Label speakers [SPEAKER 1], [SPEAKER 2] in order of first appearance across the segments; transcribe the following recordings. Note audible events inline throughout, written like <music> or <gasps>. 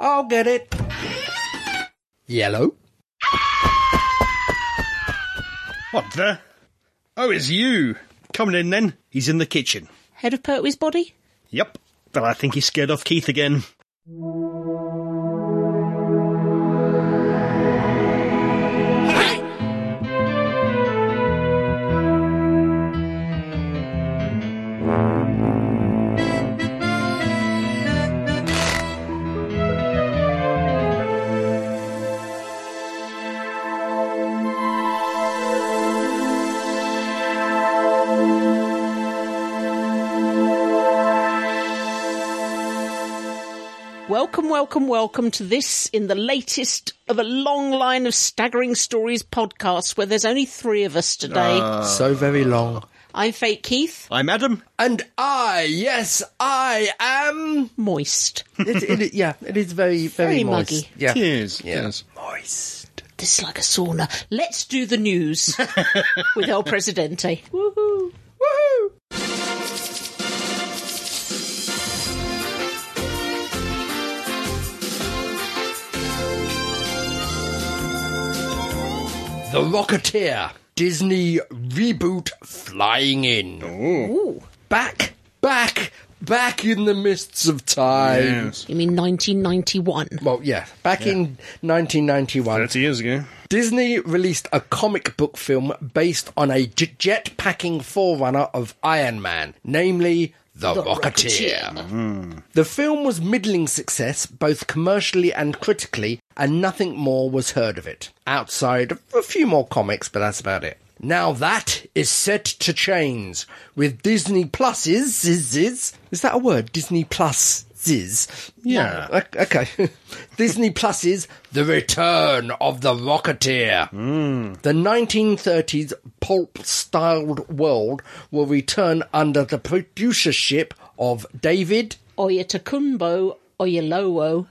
[SPEAKER 1] I'll get it.
[SPEAKER 2] Yellow.
[SPEAKER 3] What the? Oh, it's you. Coming in then. He's in the kitchen.
[SPEAKER 1] Head of Pertwee's body?
[SPEAKER 3] Yep. But I think he scared off Keith again.
[SPEAKER 1] Welcome, welcome, welcome to this in the latest of a long line of staggering stories podcasts where there's only three of us today.
[SPEAKER 2] So very long.
[SPEAKER 1] I'm Fake Keith,
[SPEAKER 3] I'm Adam.
[SPEAKER 2] And I, yes, I am.
[SPEAKER 1] moist.
[SPEAKER 2] It, it, yeah, it is very, very,
[SPEAKER 1] Very
[SPEAKER 2] moist.
[SPEAKER 1] muggy.
[SPEAKER 2] Yeah.
[SPEAKER 3] Yes, yes.
[SPEAKER 2] Moist.
[SPEAKER 1] This is like a sauna. Let's do the news with El Presidente. Woohoo!
[SPEAKER 2] Woohoo! The Rocketeer. Disney reboot flying in.
[SPEAKER 1] Ooh.
[SPEAKER 2] Back, back, back in the mists of time.
[SPEAKER 3] Yes.
[SPEAKER 1] You mean 1991?
[SPEAKER 2] Well, yeah, back in 1991,
[SPEAKER 3] 30 years ago.
[SPEAKER 2] Disney released a comic book film based on a j- jetpacking forerunner of Iron Man, namely The, Rocketeer. The film was middling success both commercially and critically, and nothing more was heard of it outside of a few more comics, but that's about it. Now that is set to change with Disney Plus's is, is is that a word? Disney Plus is
[SPEAKER 3] Yeah.
[SPEAKER 2] O- Okay. <laughs> Disney Plus is The Return of the Rocketeer. The 1930s pulp styled world will return under the producership of David.
[SPEAKER 1] Oyetakumbo Oyelowo E,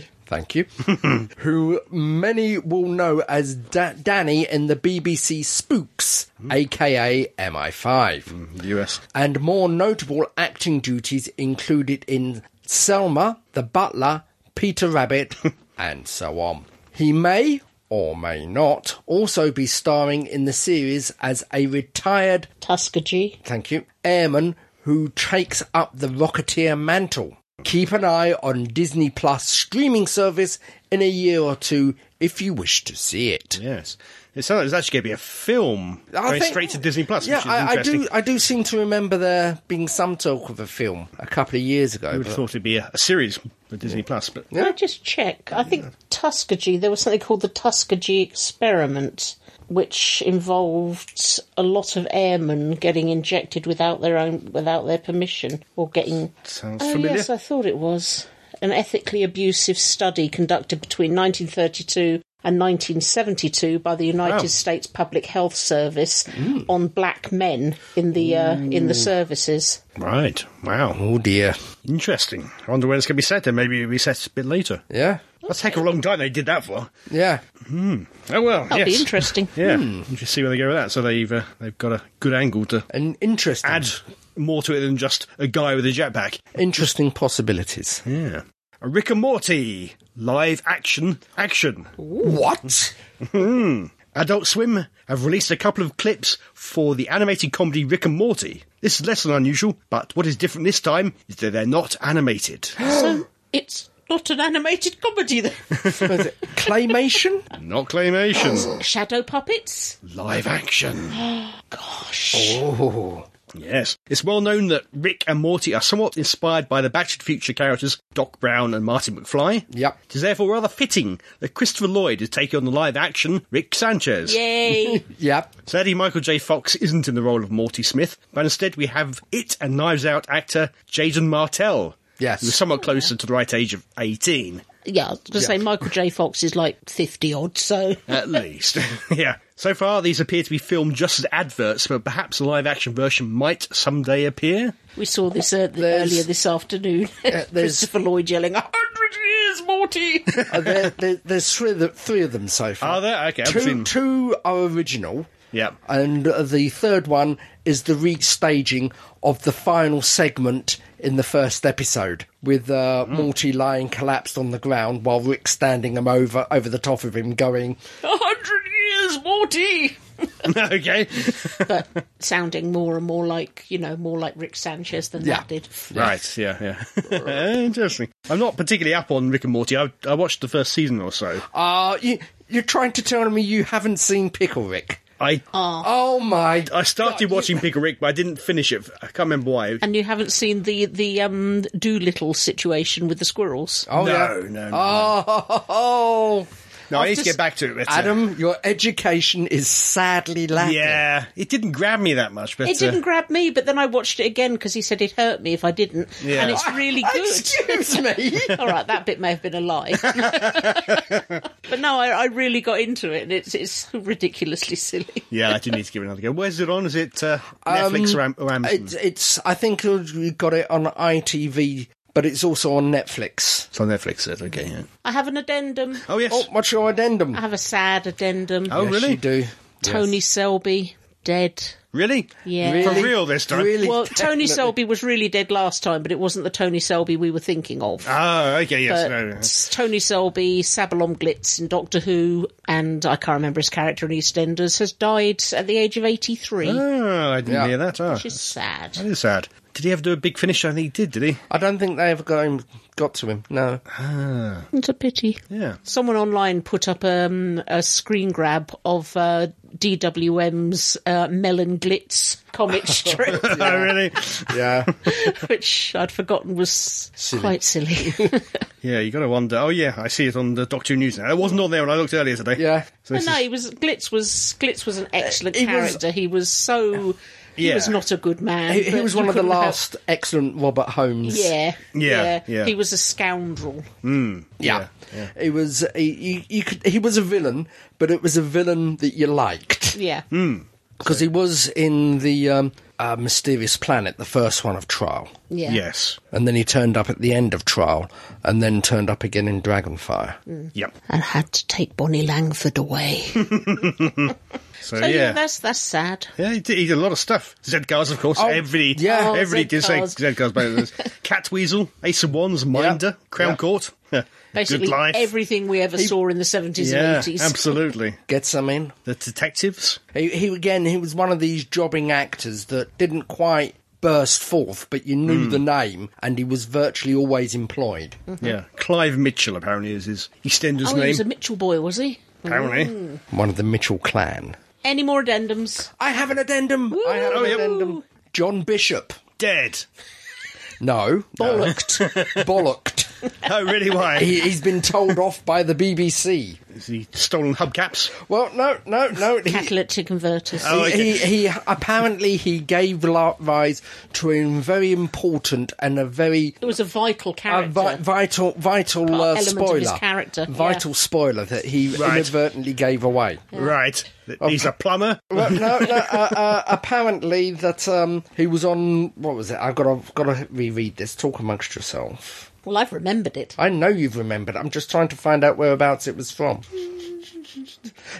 [SPEAKER 1] OBE.
[SPEAKER 2] Thank you. <laughs> who many will know as da- Danny in the BBC Spooks, aka MI5.
[SPEAKER 3] US.
[SPEAKER 2] and more notable acting duties included in Selma, the Butler, Peter Rabbit, and so on. He may or may not also be starring in the series as a retired
[SPEAKER 1] Tuskegee.
[SPEAKER 2] thank you airman who takes up the Rocketeer mantle. Keep an eye on Disney Plus streaming service in a year or two if you wish to see it.
[SPEAKER 3] Yes. It sounds like it's actually going to be a film
[SPEAKER 2] I
[SPEAKER 3] going
[SPEAKER 2] think-
[SPEAKER 3] straight to Disney Plus,
[SPEAKER 2] Yeah,
[SPEAKER 3] which is
[SPEAKER 2] I, I
[SPEAKER 3] interesting.
[SPEAKER 2] do. I do seem to remember there being some talk of a film a couple of years ago.
[SPEAKER 3] I would
[SPEAKER 2] but-
[SPEAKER 3] have thought it'd be a, a series for Disney Plus, but
[SPEAKER 1] Can I just check? I think Tuskegee, there was something called the Tuskegee Experiment, which involved a lot of airmen getting injected without their own, without their permission, or getting.
[SPEAKER 3] sounds
[SPEAKER 1] Oh
[SPEAKER 3] familiar.
[SPEAKER 1] yes, I thought it was an ethically abusive study conducted between 1932 and 1972 by the United
[SPEAKER 3] Wow. Mm.
[SPEAKER 1] States Public Health Service on black men in the uh, in the services.
[SPEAKER 3] Right. Wow.
[SPEAKER 2] Oh dear.
[SPEAKER 3] Interesting. I wonder when it's going to be set then. Maybe it'll be set a bit later.
[SPEAKER 2] Yeah.
[SPEAKER 3] That's a heck of a long time they did that for.
[SPEAKER 2] Yeah.
[SPEAKER 3] Oh, well.
[SPEAKER 1] That'll be
[SPEAKER 3] yes. <laughs>
[SPEAKER 1] interesting.
[SPEAKER 3] Yeah, you should see where they go with that. So they've uh, they've got a good angle to
[SPEAKER 2] An interesting
[SPEAKER 3] add more to it than just a guy with a jetpack.
[SPEAKER 2] interesting possibilities.
[SPEAKER 3] Yeah, a Rick and Morty live action action.
[SPEAKER 2] What?
[SPEAKER 3] Adult Swim have released a couple of clips for the animated comedy Rick and Morty. This is less than unusual, but what is different this time is that they're not animated.
[SPEAKER 1] so it's not an animated comedy then.
[SPEAKER 2] Was it
[SPEAKER 3] <laughs>
[SPEAKER 2] claymation?
[SPEAKER 3] <gasps> not claymation,
[SPEAKER 1] Shadow puppets?
[SPEAKER 3] live action.
[SPEAKER 1] Gosh.
[SPEAKER 2] oh.
[SPEAKER 3] Yes. It's well known that Rick and Morty are somewhat inspired by the Back to the Future characters Doc Brown and Marty McFly.
[SPEAKER 2] Yep.
[SPEAKER 3] It is therefore rather fitting that Christopher Lloyd is taking on the live action Rick Sanchez.
[SPEAKER 1] Yay.
[SPEAKER 2] Yep.
[SPEAKER 3] Sadly, Michael J. Fox isn't in the role of Morty Smith, but instead we have it and Knives Out actor Jaden Martell.
[SPEAKER 2] Yes.
[SPEAKER 3] Who's somewhat closer to the right age of 18,
[SPEAKER 1] <laughs> yeah, I was going to say Michael J. Fox is like 50 odd, so.
[SPEAKER 3] at least. <laughs> yeah. So far, these appear to be filmed just as adverts, but perhaps a live action version might someday appear. <laughs>
[SPEAKER 1] We saw this uh, th-
[SPEAKER 2] There's-
[SPEAKER 1] earlier this afternoon.
[SPEAKER 2] there's-
[SPEAKER 1] Christopher Lloyd yelling, "A 100 years, Morty!
[SPEAKER 2] Uh, there, there, there's three of, the, three of them so far.
[SPEAKER 3] Are there? Okay, I haven't
[SPEAKER 2] Two,
[SPEAKER 3] seen them.
[SPEAKER 2] two are original.
[SPEAKER 3] Yeah.
[SPEAKER 2] And uh, the third one is the restaging of the final segment in the first episode, with uh,
[SPEAKER 3] Hmm.
[SPEAKER 2] Morty lying collapsed on the ground while Rick standing him over over the top of him, going,
[SPEAKER 1] A hundred years, Morty!
[SPEAKER 3] okay.
[SPEAKER 1] But sounding more and more like, you know, more like Rick Sanchez than
[SPEAKER 2] Yeah.
[SPEAKER 1] that did.
[SPEAKER 3] Right. Yeah. Yeah. <laughs> Interesting. I'm not particularly up on Rick and Morty. I, I watched the first season or so.
[SPEAKER 2] "Ah, you, you're trying to tell me you haven't seen Pickle Rick."
[SPEAKER 3] I
[SPEAKER 2] Oh my!
[SPEAKER 3] I started watching Pickle Rick, but I didn't finish it. I can't remember why.
[SPEAKER 1] And you haven't seen the the um, Doolittle situation with the squirrels.
[SPEAKER 2] Oh
[SPEAKER 3] no,
[SPEAKER 2] yeah.
[SPEAKER 3] no, no.
[SPEAKER 2] Oh,
[SPEAKER 3] no, I
[SPEAKER 2] I've
[SPEAKER 3] need to
[SPEAKER 2] just-
[SPEAKER 3] get back to it. uh, That's it.
[SPEAKER 2] Adam, your education is sadly lacking.
[SPEAKER 3] Yeah, it didn't grab me that much, but
[SPEAKER 1] It
[SPEAKER 3] uh,
[SPEAKER 1] didn't grab me, but then I watched it again because he said it hurt me if I didn't,
[SPEAKER 3] Yeah.
[SPEAKER 1] and it's
[SPEAKER 2] <laughs>
[SPEAKER 1] really good.
[SPEAKER 2] Excuse <laughs> me.
[SPEAKER 1] <laughs> All right, that bit may have been a lie, but no, I, I really got into it, and it's it's <laughs> ridiculously silly.
[SPEAKER 3] yeah, I do need to give it another go. Where's it on? Is it uh, Netflix or, Am- or Amazon?
[SPEAKER 2] It's, it's. I think you got it on ITV, but it's also on Netflix.
[SPEAKER 3] It's on Netflix. Is it? Okay. Yeah.
[SPEAKER 1] I have an addendum.
[SPEAKER 3] Oh yes.
[SPEAKER 2] Oh, what's your addendum?
[SPEAKER 1] I have a sad addendum.
[SPEAKER 3] Oh,
[SPEAKER 2] Yes,
[SPEAKER 3] really?
[SPEAKER 2] You do.
[SPEAKER 1] Tony Selby dead.
[SPEAKER 3] really?
[SPEAKER 1] Yeah.
[SPEAKER 2] Really?
[SPEAKER 3] For real this time.
[SPEAKER 2] Really?
[SPEAKER 1] Well,
[SPEAKER 2] definitely.
[SPEAKER 1] Tony Selby was really dead last time, but it wasn't the Tony Selby we were thinking of.
[SPEAKER 3] Oh, okay. Yes.
[SPEAKER 1] but
[SPEAKER 3] No, no.
[SPEAKER 1] Tony Selby, Sabalom Glitz in Doctor Who, and I can't remember his character in EastEnders, has died at the age of 83.
[SPEAKER 3] Oh, I didn't
[SPEAKER 2] Yeah.
[SPEAKER 3] hear that. Oh,
[SPEAKER 1] which is
[SPEAKER 3] that
[SPEAKER 1] sad.
[SPEAKER 3] is sad. Did he ever do a big finish? I think he did. Did he?
[SPEAKER 2] I don't think they ever got him. Got to him. <laughs> No.
[SPEAKER 1] It's a pity.
[SPEAKER 3] Yeah.
[SPEAKER 1] Someone online put up um, a screen grab of uh, DWM's uh, Melon Glitz comic strip,
[SPEAKER 3] Oh, really?
[SPEAKER 2] Yeah.
[SPEAKER 1] which I'd forgotten was quite silly.
[SPEAKER 3] Yeah, you got to wonder. Oh, yeah, I see it on the Doctor Who News now. It wasn't on there when I looked earlier today.
[SPEAKER 2] yeah.
[SPEAKER 3] So this
[SPEAKER 1] Oh, no,
[SPEAKER 3] is-
[SPEAKER 1] he was Glitz was Glitz was an excellent
[SPEAKER 2] He was-
[SPEAKER 1] character. he was so he
[SPEAKER 3] Yeah.
[SPEAKER 1] was not a good man.
[SPEAKER 2] He, he
[SPEAKER 1] but
[SPEAKER 2] was
[SPEAKER 1] you
[SPEAKER 2] one of the
[SPEAKER 1] couldn't help-
[SPEAKER 2] last excellent Robert Holmes.
[SPEAKER 1] Yeah,
[SPEAKER 3] Yeah, yeah.
[SPEAKER 1] He was a scoundrel.
[SPEAKER 2] Yeah. He was. He, he, you could, he was a villain, but it was a villain that you liked
[SPEAKER 1] Yeah.
[SPEAKER 2] because he was in the um, uh, mysterious planet, the first one of Trial.
[SPEAKER 1] yeah.
[SPEAKER 3] Yes.
[SPEAKER 2] and then he turned up at the end of trial and then turned up again in dragonfire
[SPEAKER 3] Yep.
[SPEAKER 1] And had to take Bonnie Langford away. so
[SPEAKER 3] So,
[SPEAKER 1] yeah.
[SPEAKER 3] yeah.
[SPEAKER 1] that's that's sad.
[SPEAKER 3] yeah, he did, he did a lot of stuff. Z cars, of course. everybody,
[SPEAKER 2] yeah.
[SPEAKER 1] Oh,
[SPEAKER 3] everybody did say
[SPEAKER 1] Zedcars.
[SPEAKER 3] Z cars.
[SPEAKER 1] <laughs>
[SPEAKER 3] Cat Weasel, Ace of Wands, Minder, Crown
[SPEAKER 2] Yeah.
[SPEAKER 3] Court. <laughs>
[SPEAKER 1] Basically
[SPEAKER 3] Good life.
[SPEAKER 1] everything we ever saw in the seventies
[SPEAKER 3] yeah,
[SPEAKER 1] and eighties.
[SPEAKER 3] absolutely.
[SPEAKER 2] get some in
[SPEAKER 3] The detectives.
[SPEAKER 2] he, he again he was one of these jobbing actors that didn't quite burst forth but you knew the name and he was virtually always employed
[SPEAKER 3] Yeah. Clive Mitchell, apparently, is his EastEnders
[SPEAKER 1] Mm-hmm. Oh, he
[SPEAKER 3] name.
[SPEAKER 1] was a Mm. Mitchell boy, was he?
[SPEAKER 3] apparently.
[SPEAKER 2] one of the mitchell clan
[SPEAKER 1] Any more addendums?
[SPEAKER 2] i have an addendum i have an
[SPEAKER 3] Woo!
[SPEAKER 2] addendum john bishop
[SPEAKER 3] Dead.
[SPEAKER 2] no
[SPEAKER 1] Bollocked.
[SPEAKER 2] bollocked
[SPEAKER 3] Oh, really? Why?
[SPEAKER 1] <laughs>
[SPEAKER 2] he, he's been told off by the bbc
[SPEAKER 3] Is he stolen hubcaps?
[SPEAKER 2] well no no no he-
[SPEAKER 1] Catalytic converters.
[SPEAKER 3] Oh, okay.
[SPEAKER 2] he, he apparently he gave la- rise to a very important and a very
[SPEAKER 1] it was a vital
[SPEAKER 2] a
[SPEAKER 1] character.
[SPEAKER 2] vi- vital vital uh,
[SPEAKER 1] Element of
[SPEAKER 2] spoiler
[SPEAKER 1] his character, yeah.
[SPEAKER 2] vital spoiler that he
[SPEAKER 3] Right.
[SPEAKER 2] inadvertently gave away.
[SPEAKER 3] Right.
[SPEAKER 1] Oh.
[SPEAKER 3] He's a plumber.
[SPEAKER 2] well, no, no uh, uh, <laughs> apparently that um, he was on what was it? I've got to got to reread this. Talk amongst yourself.
[SPEAKER 1] well, I've remembered it.
[SPEAKER 2] I know you've remembered. I'm just trying to find out whereabouts it was from. <laughs>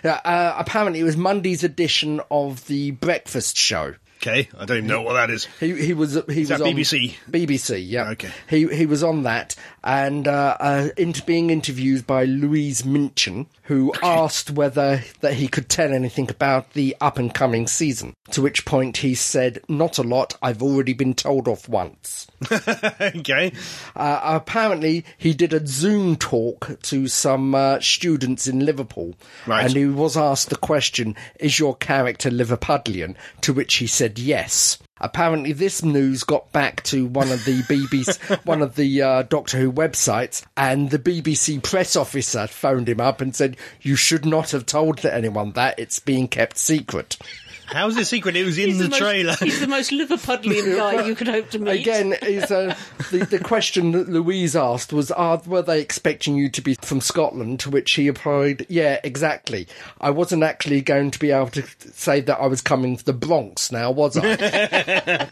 [SPEAKER 2] Yeah, uh, apparently, it was Monday's edition of the Breakfast Show.
[SPEAKER 3] Okay, I don't even know what that is. <laughs>
[SPEAKER 2] He he was he was
[SPEAKER 3] that
[SPEAKER 2] on
[SPEAKER 3] BBC?
[SPEAKER 2] BBC, yeah.
[SPEAKER 3] Okay.
[SPEAKER 2] He he was on that and uh, uh, inter- being interviewed by Louise Minchin, who asked whether that he could tell anything about the up and coming season. To which point he said, "Not a lot. I've already been told off once."
[SPEAKER 3] okay.
[SPEAKER 2] Uh, apparently, he did a Zoom talk to some uh, students in Liverpool,
[SPEAKER 3] Right.
[SPEAKER 2] and he was asked the question, "Is your character Liverpudlian?" To which he said, "Yes." Apparently, this news got back to one of the BBC, one of the uh, Doctor Who websites, and the BBC press officer phoned him up and said, "You should not have told anyone that. It's being kept secret."
[SPEAKER 3] How's it secret? It was in
[SPEAKER 1] He's
[SPEAKER 3] the,
[SPEAKER 1] most-
[SPEAKER 3] trailer.
[SPEAKER 1] He's the
[SPEAKER 2] <laughs>
[SPEAKER 1] most Liverpudlian guy you could hope to meet.
[SPEAKER 2] Again, is uh, the the question that Louise asked was, "Are were they expecting you to be from Scotland?" To which he replied, "Yeah, exactly. I wasn't
[SPEAKER 1] <laughs>
[SPEAKER 2] actually going to be able to say that I was coming to the Bronx. Now was I?"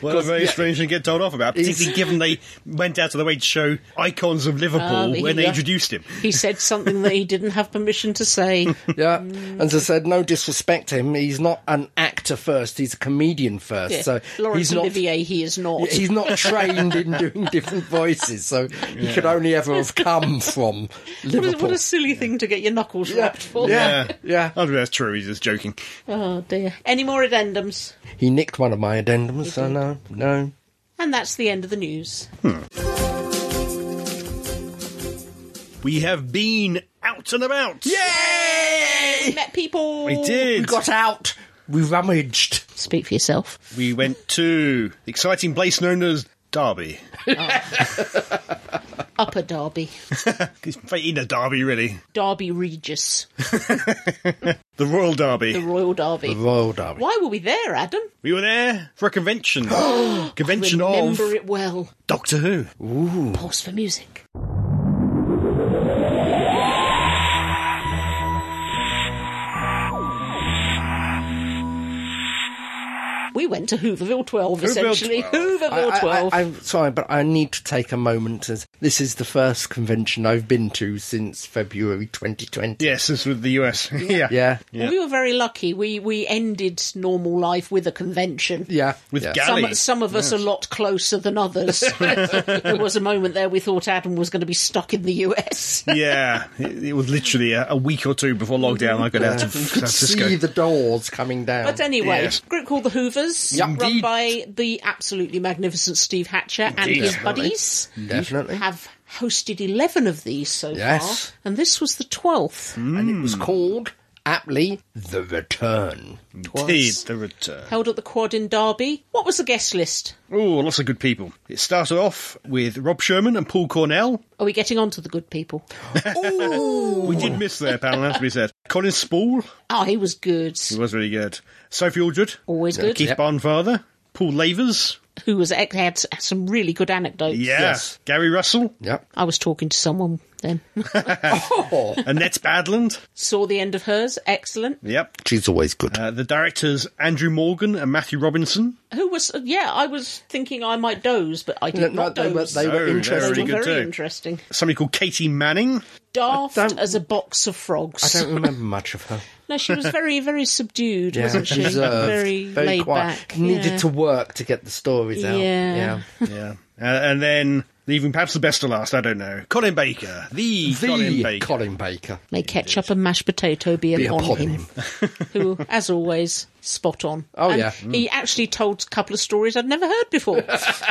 [SPEAKER 3] Well, they're very
[SPEAKER 2] yeah.
[SPEAKER 3] strange thing to get told off about, particularly given they went out of their way to show icons of Liverpool
[SPEAKER 2] Ah,
[SPEAKER 1] Um,
[SPEAKER 3] when they
[SPEAKER 1] yeah.
[SPEAKER 3] introduced him.
[SPEAKER 1] He said something that he didn't have permission
[SPEAKER 2] <laughs>
[SPEAKER 1] to say.
[SPEAKER 2] Yeah, and as I said, no disrespect to him, he's not an actor first; he's a comedian first.
[SPEAKER 1] Yeah.
[SPEAKER 2] So
[SPEAKER 1] Laurence
[SPEAKER 2] he's not
[SPEAKER 1] Olivier, he is not.
[SPEAKER 2] he's not trained in doing different voices, so he could only ever have come from
[SPEAKER 1] What a,
[SPEAKER 2] Liverpool.
[SPEAKER 1] what a silly thing to get your knuckles wrapped for.
[SPEAKER 2] Yeah. Yeah.
[SPEAKER 3] I don't know, Oh, that's true. He's just joking.
[SPEAKER 1] Oh dear. Any more addendums?
[SPEAKER 2] He nicked one of my addendums, so no, no.
[SPEAKER 1] And that's the end of the news.
[SPEAKER 3] We have been out and about.
[SPEAKER 2] Yay!
[SPEAKER 1] Met people.
[SPEAKER 3] We
[SPEAKER 2] Oh, We
[SPEAKER 3] did.
[SPEAKER 2] got out. We rummaged.
[SPEAKER 1] Speak for yourself.
[SPEAKER 3] We went to the exciting place known as Derby.
[SPEAKER 1] Upper Derby,
[SPEAKER 3] It's in a Derby, really.
[SPEAKER 1] Derby Regis,
[SPEAKER 3] The Royal Derby.
[SPEAKER 1] the Royal Derby.
[SPEAKER 2] Royal Derby.
[SPEAKER 1] Why were we there, Adam?
[SPEAKER 3] we were there for
[SPEAKER 2] <gasps>
[SPEAKER 3] a convention. convention of
[SPEAKER 1] Remember it well.
[SPEAKER 3] Doctor Who.
[SPEAKER 1] Pause for music. We went to Hooverville 12, essentially.
[SPEAKER 3] 12.
[SPEAKER 1] Hooverville
[SPEAKER 2] I,
[SPEAKER 1] 12.
[SPEAKER 2] am sorry, but I need to take a moment as this is the first convention I've been to since February 2020.
[SPEAKER 3] Yes, this was the <laughs> US. yeah.
[SPEAKER 2] Yeah.
[SPEAKER 3] Yeah.
[SPEAKER 1] We were very lucky. We, we ended normal life with a convention.
[SPEAKER 2] Yeah.
[SPEAKER 3] With
[SPEAKER 2] yeah.
[SPEAKER 3] Gary.
[SPEAKER 1] Some,
[SPEAKER 3] Alley.
[SPEAKER 1] some of us a lot closer than others.
[SPEAKER 2] <laughs>
[SPEAKER 1] there was a moment there we thought Adam was going to be stuck in the US.
[SPEAKER 3] yeah, it, it was literally a, a week or two before lockdown. I got out of San
[SPEAKER 2] could
[SPEAKER 3] Francisco.
[SPEAKER 2] see the doors coming down.
[SPEAKER 1] But anyway,
[SPEAKER 3] Yes.
[SPEAKER 1] group called the Hoovers,
[SPEAKER 3] Yep.
[SPEAKER 1] run
[SPEAKER 3] Indeed.
[SPEAKER 1] by the absolutely magnificent Steve Hatcher and
[SPEAKER 3] Indeed.
[SPEAKER 1] his
[SPEAKER 3] Definitely.
[SPEAKER 1] buddies.
[SPEAKER 3] uh,
[SPEAKER 2] Definitely.
[SPEAKER 1] Have hosted 11 of these so
[SPEAKER 2] Yes.
[SPEAKER 1] far, and this was the 12th.
[SPEAKER 2] And
[SPEAKER 3] Hmm.
[SPEAKER 2] it was called, aptly, The Return.
[SPEAKER 3] Indeed, the return.
[SPEAKER 1] Held at the Quad in Derby. What was the guest list?
[SPEAKER 3] Oh, lots of good people. It started off with Rob Sherman and Paul Cornell.
[SPEAKER 1] Are we getting on to the good people?
[SPEAKER 3] We did miss their panel, has to be said. Colin Spool,
[SPEAKER 1] Oh, he was good.
[SPEAKER 3] he was really good. Sophie Aldred,
[SPEAKER 1] Always good.
[SPEAKER 3] Keith Barnfather, Paul Lavers,
[SPEAKER 1] Who was had some really good anecdotes.
[SPEAKER 3] yeah,
[SPEAKER 2] Yes.
[SPEAKER 3] Gary Russell,
[SPEAKER 2] Yep.
[SPEAKER 1] I was talking to someone then. <laughs>
[SPEAKER 2] Oh,
[SPEAKER 3] Annette Badland,
[SPEAKER 1] Saw the end of hers. Excellent.
[SPEAKER 3] yep.
[SPEAKER 2] she's always good.
[SPEAKER 3] Uh, the directors Andrew Morgan and Matthew Robinson.
[SPEAKER 1] Who was? Yeah, I was thinking I might doze, but I did
[SPEAKER 2] No, no,
[SPEAKER 1] not
[SPEAKER 2] they were-
[SPEAKER 1] doze.
[SPEAKER 2] they were
[SPEAKER 3] No, they're
[SPEAKER 2] interesting.
[SPEAKER 1] They
[SPEAKER 3] really
[SPEAKER 1] were
[SPEAKER 3] good
[SPEAKER 1] very
[SPEAKER 3] too.
[SPEAKER 1] interesting.
[SPEAKER 3] Somebody called Katie Manning.
[SPEAKER 1] Daft
[SPEAKER 2] don't-
[SPEAKER 1] as a box of
[SPEAKER 2] I
[SPEAKER 1] frogs.
[SPEAKER 2] don't remember much of her.
[SPEAKER 1] No, she was very, very subdued,
[SPEAKER 2] Yeah,
[SPEAKER 1] wasn't she?
[SPEAKER 2] reserved,
[SPEAKER 1] Very, laid
[SPEAKER 2] quiet.
[SPEAKER 1] back.
[SPEAKER 2] Needed
[SPEAKER 1] yeah.
[SPEAKER 2] to work to get the stories out.
[SPEAKER 1] Yeah.
[SPEAKER 3] <laughs> Yeah. Uh, and then leaving perhaps the best to last, I don't know. Colin Baker. The,
[SPEAKER 2] The
[SPEAKER 3] Colin Baker.
[SPEAKER 2] Colin Baker.
[SPEAKER 1] May ketchup and mashed potato be,
[SPEAKER 2] Be
[SPEAKER 1] upon,
[SPEAKER 2] upon
[SPEAKER 1] him,
[SPEAKER 2] him.
[SPEAKER 1] who, as always, spot on.
[SPEAKER 2] Oh,
[SPEAKER 1] And
[SPEAKER 2] yeah.
[SPEAKER 1] he actually told a couple of stories I'd never
[SPEAKER 2] <laughs>
[SPEAKER 1] heard before,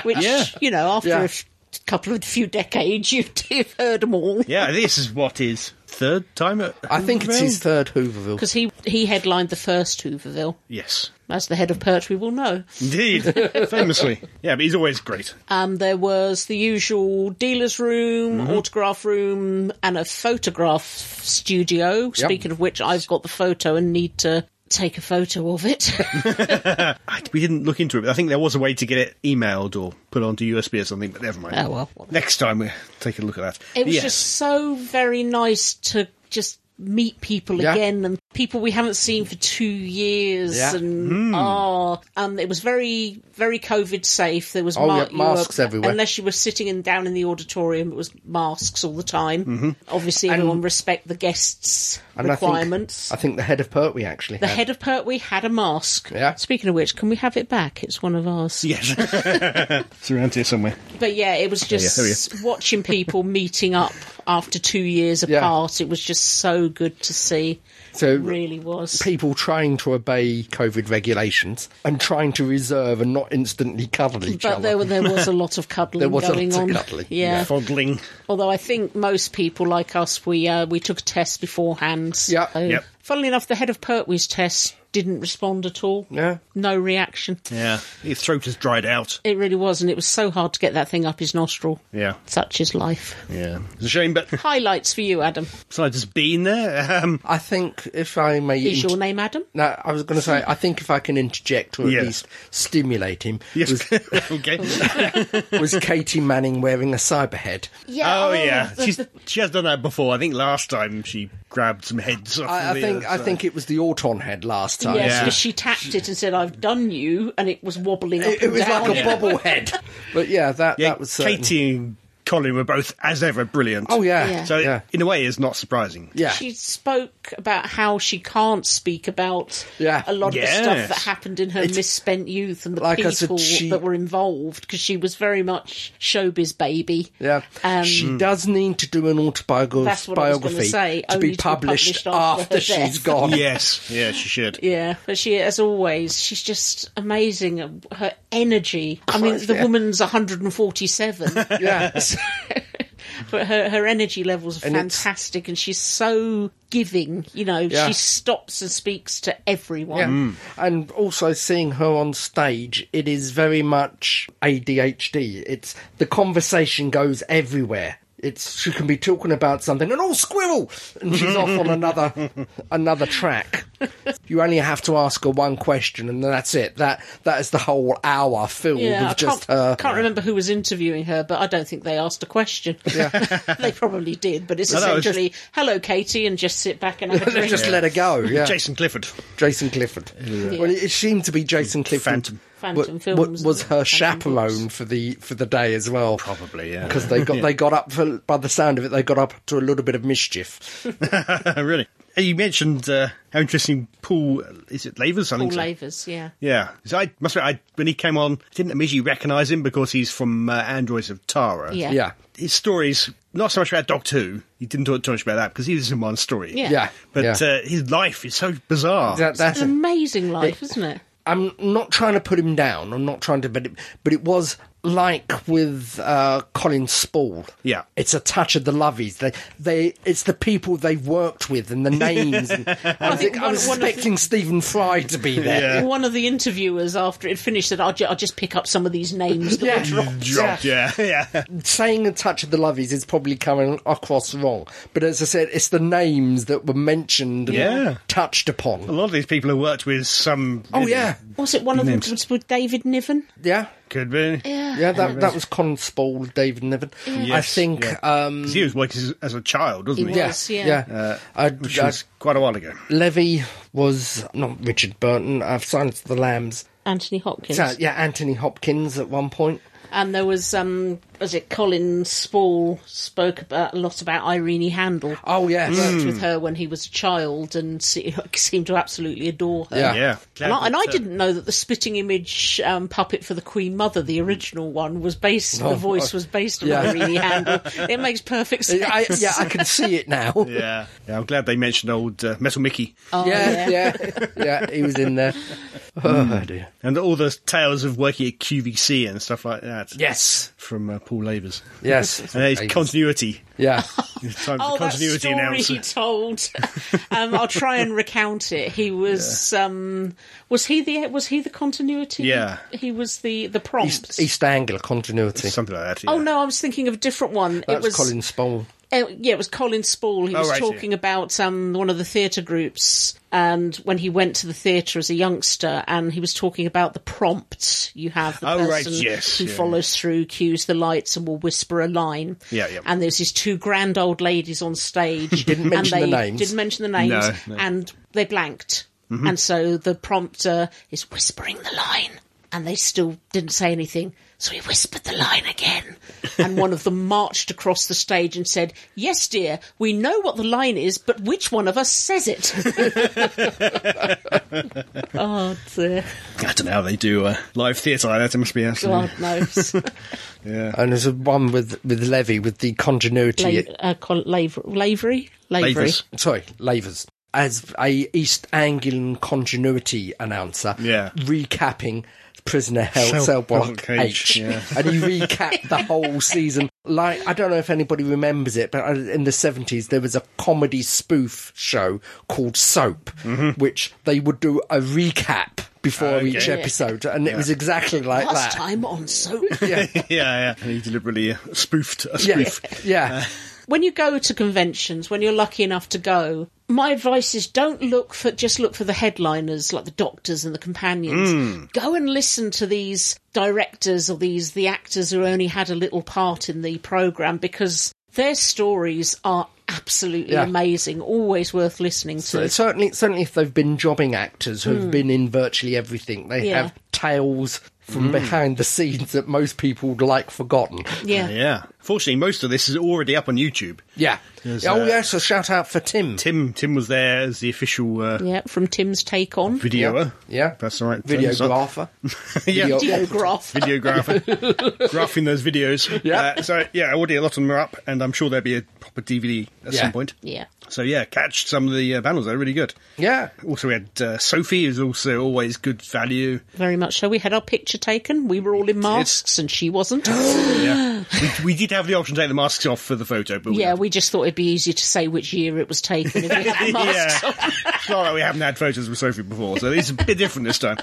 [SPEAKER 1] which
[SPEAKER 3] Yeah.
[SPEAKER 1] you know, after
[SPEAKER 2] Yeah.
[SPEAKER 1] a f- couple of few decades, <laughs> you've, you've heard them all.
[SPEAKER 3] yeah, this is what his third time at
[SPEAKER 2] I think it's
[SPEAKER 3] Hooverville?
[SPEAKER 2] his third Hooverville.
[SPEAKER 1] Because he he headlined the first Hooverville.
[SPEAKER 3] Yes.
[SPEAKER 1] As the head of Pertwee will know.
[SPEAKER 3] Indeed. Famously. Yeah, but he's always great.
[SPEAKER 1] Um, there was the usual dealer's room, autograph room, and a photograph studio. Speaking of which, I've got the photo and need to take a photo of it.
[SPEAKER 3] I, we didn't look into it, but I think there was a way to get it emailed or put onto USB or something, but never mind.
[SPEAKER 1] oh, well.
[SPEAKER 3] Next time we take a look at that.
[SPEAKER 1] It was
[SPEAKER 3] Yes.
[SPEAKER 1] just so very nice to just meet people
[SPEAKER 2] Yeah.
[SPEAKER 1] again and people we haven't seen for two years
[SPEAKER 2] Yeah. Hmm.
[SPEAKER 1] and ah, um, it was very very COVID safe. There was
[SPEAKER 2] Oh, yeah,
[SPEAKER 1] you
[SPEAKER 2] masks
[SPEAKER 1] were-
[SPEAKER 2] everywhere.
[SPEAKER 1] unless you were sitting in down in the auditorium. It was masks all the time. Obviously, everyone respect the guests'
[SPEAKER 2] Mm-hmm. I think-
[SPEAKER 1] requirements.
[SPEAKER 2] I think, the head of Pertwee actually.
[SPEAKER 1] the
[SPEAKER 2] had-
[SPEAKER 1] head of Pertwee had a mask.
[SPEAKER 2] Yeah.
[SPEAKER 1] Speaking of which, can we have it back? It's one of ours.
[SPEAKER 3] Yes. <laughs> it's around here somewhere.
[SPEAKER 1] But yeah, it was
[SPEAKER 3] yeah,
[SPEAKER 1] just watching
[SPEAKER 2] <laughs>
[SPEAKER 1] people meeting up after two years apart. It was just so good to see.
[SPEAKER 2] So-
[SPEAKER 1] it really was.
[SPEAKER 2] people trying to obey COVID regulations and trying to reserve and not instantly cuddle each
[SPEAKER 1] But
[SPEAKER 2] other.
[SPEAKER 1] there, were- there was
[SPEAKER 2] <laughs>
[SPEAKER 1] a lot of cuddling
[SPEAKER 2] There was a lot
[SPEAKER 1] going
[SPEAKER 2] of
[SPEAKER 1] on.
[SPEAKER 2] cuddling,
[SPEAKER 1] Yeah.
[SPEAKER 3] Fondling.
[SPEAKER 1] Although I think most people like us, we uh, we took a test beforehand.
[SPEAKER 2] Yeah.
[SPEAKER 3] Yep.
[SPEAKER 1] Funnily enough, the head of Pertwee's test didn't respond at all.
[SPEAKER 2] Yeah.
[SPEAKER 1] No reaction.
[SPEAKER 3] Yeah. His throat has dried out.
[SPEAKER 1] It really was, and it was so hard to get that thing up his nostril.
[SPEAKER 3] Yeah.
[SPEAKER 1] Such is life.
[SPEAKER 3] Yeah. It's a shame, but
[SPEAKER 1] Highlights for you, Adam.
[SPEAKER 3] besides just being there, um, <laughs>
[SPEAKER 2] I think if I may.
[SPEAKER 1] Is
[SPEAKER 2] inter-
[SPEAKER 1] your name Adam?
[SPEAKER 2] no, I was going to say, I think if I can interject or at
[SPEAKER 3] Yes.
[SPEAKER 2] least stimulate him,
[SPEAKER 3] yes. <laughs>
[SPEAKER 2] was,
[SPEAKER 3] okay. <laughs>
[SPEAKER 2] was Katie Manning wearing a cyber head.
[SPEAKER 1] Yeah.
[SPEAKER 3] Oh, yeah, she's she has done that before. I think last time she grabbed some heads off.
[SPEAKER 2] I, I
[SPEAKER 3] the,
[SPEAKER 2] think
[SPEAKER 3] uh,
[SPEAKER 2] I
[SPEAKER 3] so-
[SPEAKER 2] think it was the Auton head last last time.
[SPEAKER 1] Yes,
[SPEAKER 3] Yeah.
[SPEAKER 1] because she tapped it and said, "I've done you," and it was wobbling up
[SPEAKER 2] It, it
[SPEAKER 1] and
[SPEAKER 2] was
[SPEAKER 1] down.
[SPEAKER 2] like a
[SPEAKER 1] <laughs>
[SPEAKER 2] bobblehead. But yeah, that,
[SPEAKER 3] Yeah,
[SPEAKER 2] that was certain.
[SPEAKER 3] Katie and Colin were both, as ever, brilliant.
[SPEAKER 2] Oh, yeah.
[SPEAKER 1] Yeah.
[SPEAKER 3] So,
[SPEAKER 2] yeah.
[SPEAKER 3] in a way, it's not surprising.
[SPEAKER 2] yeah.
[SPEAKER 1] She spoke about how she can't speak about
[SPEAKER 2] Yeah.
[SPEAKER 1] a lot
[SPEAKER 3] Yes.
[SPEAKER 1] of the stuff that happened in her misspent youth and the
[SPEAKER 2] Like I said,
[SPEAKER 1] people
[SPEAKER 2] she-
[SPEAKER 1] that were involved because she was very much showbiz baby.
[SPEAKER 2] Yeah,
[SPEAKER 1] Um,
[SPEAKER 3] Hmm.
[SPEAKER 2] she does need to do an
[SPEAKER 1] That's
[SPEAKER 2] autobiography
[SPEAKER 1] what I was gonna
[SPEAKER 2] biography
[SPEAKER 1] say,
[SPEAKER 2] to
[SPEAKER 1] only
[SPEAKER 2] be published, after,
[SPEAKER 1] her
[SPEAKER 2] she's
[SPEAKER 3] <laughs>
[SPEAKER 1] death.
[SPEAKER 2] gone.
[SPEAKER 3] yes. Yeah, she should.
[SPEAKER 1] Yeah, but she, as always, she's just amazing. at Her energy. I mean,
[SPEAKER 2] Christ,
[SPEAKER 1] the
[SPEAKER 2] yeah.
[SPEAKER 3] <laughs>
[SPEAKER 1] woman's 147,
[SPEAKER 2] Yeah,
[SPEAKER 1] but her, her energy levels are
[SPEAKER 2] And it's-
[SPEAKER 1] fantastic, and she's so giving. You know,
[SPEAKER 2] Yeah.
[SPEAKER 1] she stops and speaks to everyone.
[SPEAKER 2] Yeah. Mm. And also seeing her on stage, it is very much ADHD. It's the conversation goes everywhere. It's she can be talking about something and all squirrel, and she's off on another another track. You only have to ask her one question, and that's it. That that is the whole hour filled
[SPEAKER 1] Yeah, I
[SPEAKER 2] with just
[SPEAKER 1] can't,
[SPEAKER 2] her.
[SPEAKER 1] can't remember who was interviewing her, but I don't think they asked a question. <laughs> they probably did, but it's
[SPEAKER 3] No, no, it's
[SPEAKER 1] essentially, "Hello, Katie," and just sit back and have a
[SPEAKER 2] <laughs>
[SPEAKER 1] drink.
[SPEAKER 2] Just let her go. Yeah.
[SPEAKER 3] Jason Clifford. <laughs>
[SPEAKER 2] Jason Clifford. Well, it seemed to be Jason Clifford.
[SPEAKER 3] Phantom.
[SPEAKER 1] Phantom
[SPEAKER 2] wa- wa-
[SPEAKER 1] films
[SPEAKER 2] was
[SPEAKER 1] and
[SPEAKER 2] her
[SPEAKER 1] Phantom
[SPEAKER 2] chaperone for the for the day as well.
[SPEAKER 3] Probably, <laughs> yeah.
[SPEAKER 2] because they got they got up for, by the sound of it they got up to a little bit of mischief.
[SPEAKER 3] really. And You mentioned uh, how interesting Paul, uh, is it Lavers? I
[SPEAKER 1] Paul
[SPEAKER 3] think so.
[SPEAKER 1] Lavers, yeah.
[SPEAKER 3] Yeah, so I must admit, I, when he came on, I didn't immediately recognise him because he's from uh, Androids of Tara.
[SPEAKER 1] Yeah.
[SPEAKER 2] Yeah,
[SPEAKER 3] His stories, not so much about Doctor Who, he didn't talk too much about that because he was in one story.
[SPEAKER 1] Yeah.
[SPEAKER 2] yeah,
[SPEAKER 3] But
[SPEAKER 2] yeah.
[SPEAKER 3] Uh, his life is so bizarre.
[SPEAKER 2] That- that's
[SPEAKER 1] It's an amazing life, isn't it?
[SPEAKER 2] I'm not trying to put him down. I'm not trying to, but it, but it was like with uh, Colin Spall.
[SPEAKER 3] Yeah.
[SPEAKER 2] it's a touch of the Loveys. They they it's the people they've worked with and the names.
[SPEAKER 1] <laughs>
[SPEAKER 2] And I, was,
[SPEAKER 1] think
[SPEAKER 2] I
[SPEAKER 1] one-
[SPEAKER 2] was
[SPEAKER 1] one of the-
[SPEAKER 2] expecting Stephen Fry to be there.
[SPEAKER 3] Yeah.
[SPEAKER 1] One of the interviewers, after it finished, said, I'll, ju- I'll just pick up some of these names that were dropped.
[SPEAKER 3] Dropped, yeah, <laughs> yeah.
[SPEAKER 2] saying a touch of the lovies is probably coming across wrong. But as I said, it's the names that were mentioned and
[SPEAKER 3] Yeah.
[SPEAKER 2] touched
[SPEAKER 3] A
[SPEAKER 2] upon.
[SPEAKER 3] lot of these people have worked with some.
[SPEAKER 2] Oh yeah,
[SPEAKER 1] Was it one of them
[SPEAKER 3] Names.
[SPEAKER 1] was with David Niven?
[SPEAKER 2] yeah,
[SPEAKER 3] Could be.
[SPEAKER 1] Um,
[SPEAKER 2] yeah. That that was Con Spall, David Niven. I
[SPEAKER 3] Yes,
[SPEAKER 2] think.
[SPEAKER 3] yeah.
[SPEAKER 2] Um,
[SPEAKER 3] 'Cause he was working as, as a child, wasn't he?
[SPEAKER 1] He
[SPEAKER 2] yeah,
[SPEAKER 1] was,
[SPEAKER 2] yeah.
[SPEAKER 1] yeah.
[SPEAKER 3] Uh,
[SPEAKER 2] I,
[SPEAKER 3] Which
[SPEAKER 2] I-
[SPEAKER 3] was quite a while ago.
[SPEAKER 2] Levy was not Richard Burton. I've silenced the lambs.
[SPEAKER 1] Anthony Hopkins.
[SPEAKER 2] So, yeah, Anthony Hopkins at one point.
[SPEAKER 1] And there was, um, was it Colin Spall spoke about, a lot about Irene Handel.
[SPEAKER 2] Oh yes,
[SPEAKER 3] Mm.
[SPEAKER 1] worked with her when he was a child and se- <laughs> seemed to absolutely adore her.
[SPEAKER 2] Yeah.
[SPEAKER 3] <laughs> Yeah. uh,
[SPEAKER 1] And I, and I didn't know that the spitting image um, puppet for the Queen Mother, the original one, was based.
[SPEAKER 2] Oh,
[SPEAKER 1] the voice
[SPEAKER 2] God.
[SPEAKER 1] was based on
[SPEAKER 2] Yeah.
[SPEAKER 1] Irene Handel.
[SPEAKER 2] <laughs>
[SPEAKER 1] It makes perfect sense.
[SPEAKER 2] I, yeah, I can see it now. <laughs>
[SPEAKER 3] <laughs> Yeah. yeah, I'm glad they mentioned old uh, Metal Mickey.
[SPEAKER 1] Oh,
[SPEAKER 2] yeah, yeah, yeah. He was in
[SPEAKER 3] <laughs>
[SPEAKER 2] there.
[SPEAKER 3] Mm.
[SPEAKER 2] Oh, dear.
[SPEAKER 3] And all the tales of working at QVC and stuff like that.
[SPEAKER 2] Yes.
[SPEAKER 3] From uh, Paul Lavers.
[SPEAKER 2] Yes.
[SPEAKER 3] And there's
[SPEAKER 2] Ages.
[SPEAKER 3] continuity.
[SPEAKER 2] yeah.
[SPEAKER 3] It's time for
[SPEAKER 1] Oh, that
[SPEAKER 3] continuity
[SPEAKER 1] story he
[SPEAKER 3] announcer.
[SPEAKER 1] told. <laughs> um, I'll try and recount it. He was um, was he the was he the continuity?
[SPEAKER 3] Yeah.
[SPEAKER 1] he was the the prompt.
[SPEAKER 2] East Anglia continuity.
[SPEAKER 3] Something like that. Yeah.
[SPEAKER 1] Oh no, I was thinking of a different one.
[SPEAKER 2] That's
[SPEAKER 1] it was
[SPEAKER 2] Colin Spall.
[SPEAKER 1] Uh, yeah, it was Colin Spall. He
[SPEAKER 3] Oh,
[SPEAKER 1] was
[SPEAKER 3] right,
[SPEAKER 1] talking about um, one of the theatre groups, and when he went to the theatre as a youngster, and he was talking about the prompts you have. The
[SPEAKER 3] Oh, right,
[SPEAKER 1] person
[SPEAKER 3] yes,
[SPEAKER 1] who
[SPEAKER 3] yeah,
[SPEAKER 1] follows through, cues the lights, and will whisper a line.
[SPEAKER 3] Yeah, yeah.
[SPEAKER 1] And there's these two grand old ladies
[SPEAKER 3] <laughs>
[SPEAKER 1] on stage.
[SPEAKER 2] Didn't mention the
[SPEAKER 1] and they
[SPEAKER 2] names.
[SPEAKER 1] Didn't mention the names,
[SPEAKER 3] No, Mm-hmm. no.
[SPEAKER 1] and they blanked. And so the prompter is whispering the line, and they still didn't say anything. So he whispered the line
[SPEAKER 3] <laughs>
[SPEAKER 1] again, and one of them marched across the stage and said, "Yes, dear, we know what the line is, but which one of us says
[SPEAKER 3] <laughs>
[SPEAKER 1] it?" oh dear,
[SPEAKER 3] I don't know how they do uh, live theatre like that. It must be absolutely. <laughs>
[SPEAKER 1] God knows.
[SPEAKER 3] Yeah.
[SPEAKER 2] And there's a one with with Levy with the continuity.
[SPEAKER 1] La- uh, col- laver- lavery, lavery.
[SPEAKER 3] Lavers.
[SPEAKER 2] sorry, Lavers. As a East Anglian continuity announcer,
[SPEAKER 3] Yeah.
[SPEAKER 2] recapping Prisoner Hell
[SPEAKER 3] Cell
[SPEAKER 2] Cell, Block
[SPEAKER 3] Block
[SPEAKER 2] H,
[SPEAKER 3] H, yeah.
[SPEAKER 2] and he recapped the whole
[SPEAKER 3] <laughs>
[SPEAKER 2] season. Like I don't know if anybody remembers it, but uh, in the seventies there was a comedy spoof show called Soap, which they would do a recap before
[SPEAKER 3] Mm-hmm. Okay.
[SPEAKER 2] each
[SPEAKER 3] Yeah.
[SPEAKER 2] episode, and it was exactly like
[SPEAKER 1] Last
[SPEAKER 2] that.
[SPEAKER 1] time on soap.
[SPEAKER 3] <laughs> yeah, <laughs> yeah. And he deliberately uh, spoofed a
[SPEAKER 2] Yeah, <laughs>
[SPEAKER 3] spoof.
[SPEAKER 2] yeah.
[SPEAKER 1] when you go to conventions, when you're lucky enough to go, my advice is don't look for just look for the headliners like the doctors and the companions.
[SPEAKER 2] Hmm.
[SPEAKER 1] Go and listen to these directors or these the actors who only had a little part in the program because their stories are absolutely
[SPEAKER 2] Yeah.
[SPEAKER 1] amazing, always worth listening to.
[SPEAKER 2] So certainly, certainly, if they've been jobbing actors who've been in virtually everything, they
[SPEAKER 1] Yeah.
[SPEAKER 2] have tales from behind the scenes that most people would like forgotten.
[SPEAKER 1] yeah.
[SPEAKER 3] Yeah. Fortunately, most of this is already up on YouTube.
[SPEAKER 2] Yeah.
[SPEAKER 3] There's,
[SPEAKER 2] oh
[SPEAKER 3] uh,
[SPEAKER 2] yes, a shout out for Tim.
[SPEAKER 3] Tim Tim was there as the official uh,
[SPEAKER 1] Yeah, from Tim's take on
[SPEAKER 2] Yeah.
[SPEAKER 3] videoer.
[SPEAKER 2] yeah,
[SPEAKER 3] That's the right term, so-
[SPEAKER 2] Videographer.
[SPEAKER 3] <laughs> yeah.
[SPEAKER 2] Video- <laughs>
[SPEAKER 1] Videograph.
[SPEAKER 3] Videographer. Graphing those videos.
[SPEAKER 2] Yeah.
[SPEAKER 3] Uh, so, yeah, I already a lot of them are up, and I'm sure there'll be a proper DVD at
[SPEAKER 2] Yeah.
[SPEAKER 3] some point.
[SPEAKER 1] Yeah.
[SPEAKER 3] So, yeah, catch some of the uh, panels. They're really good.
[SPEAKER 2] yeah.
[SPEAKER 3] Also, we had uh, Sophie, who's also always good value.
[SPEAKER 1] Very much so. We had our picture taken. We were all in masks and
[SPEAKER 2] <gasps>
[SPEAKER 1] she wasn't. <gasps>
[SPEAKER 3] Yeah. we, we did have the option to take the masks off for the photo, but
[SPEAKER 1] yeah,
[SPEAKER 3] we
[SPEAKER 1] we just thought it'd be easier to say which year it was taken if we had masks.
[SPEAKER 3] yeah. <laughs> it's not like we haven't had photos with Sophie before, so it's a bit different this time.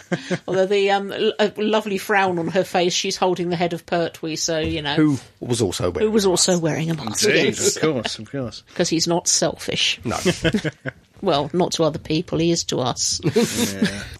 [SPEAKER 1] Although the um, l- a lovely frown on her face, she's holding the head of Pertwee, so, you know.
[SPEAKER 2] Who was also
[SPEAKER 1] who
[SPEAKER 2] with?
[SPEAKER 1] was also wearing a mask.
[SPEAKER 3] Jeez, of course, of course.
[SPEAKER 1] Because he's not selfish.
[SPEAKER 2] No.
[SPEAKER 1] Well, not to other people, he is to us.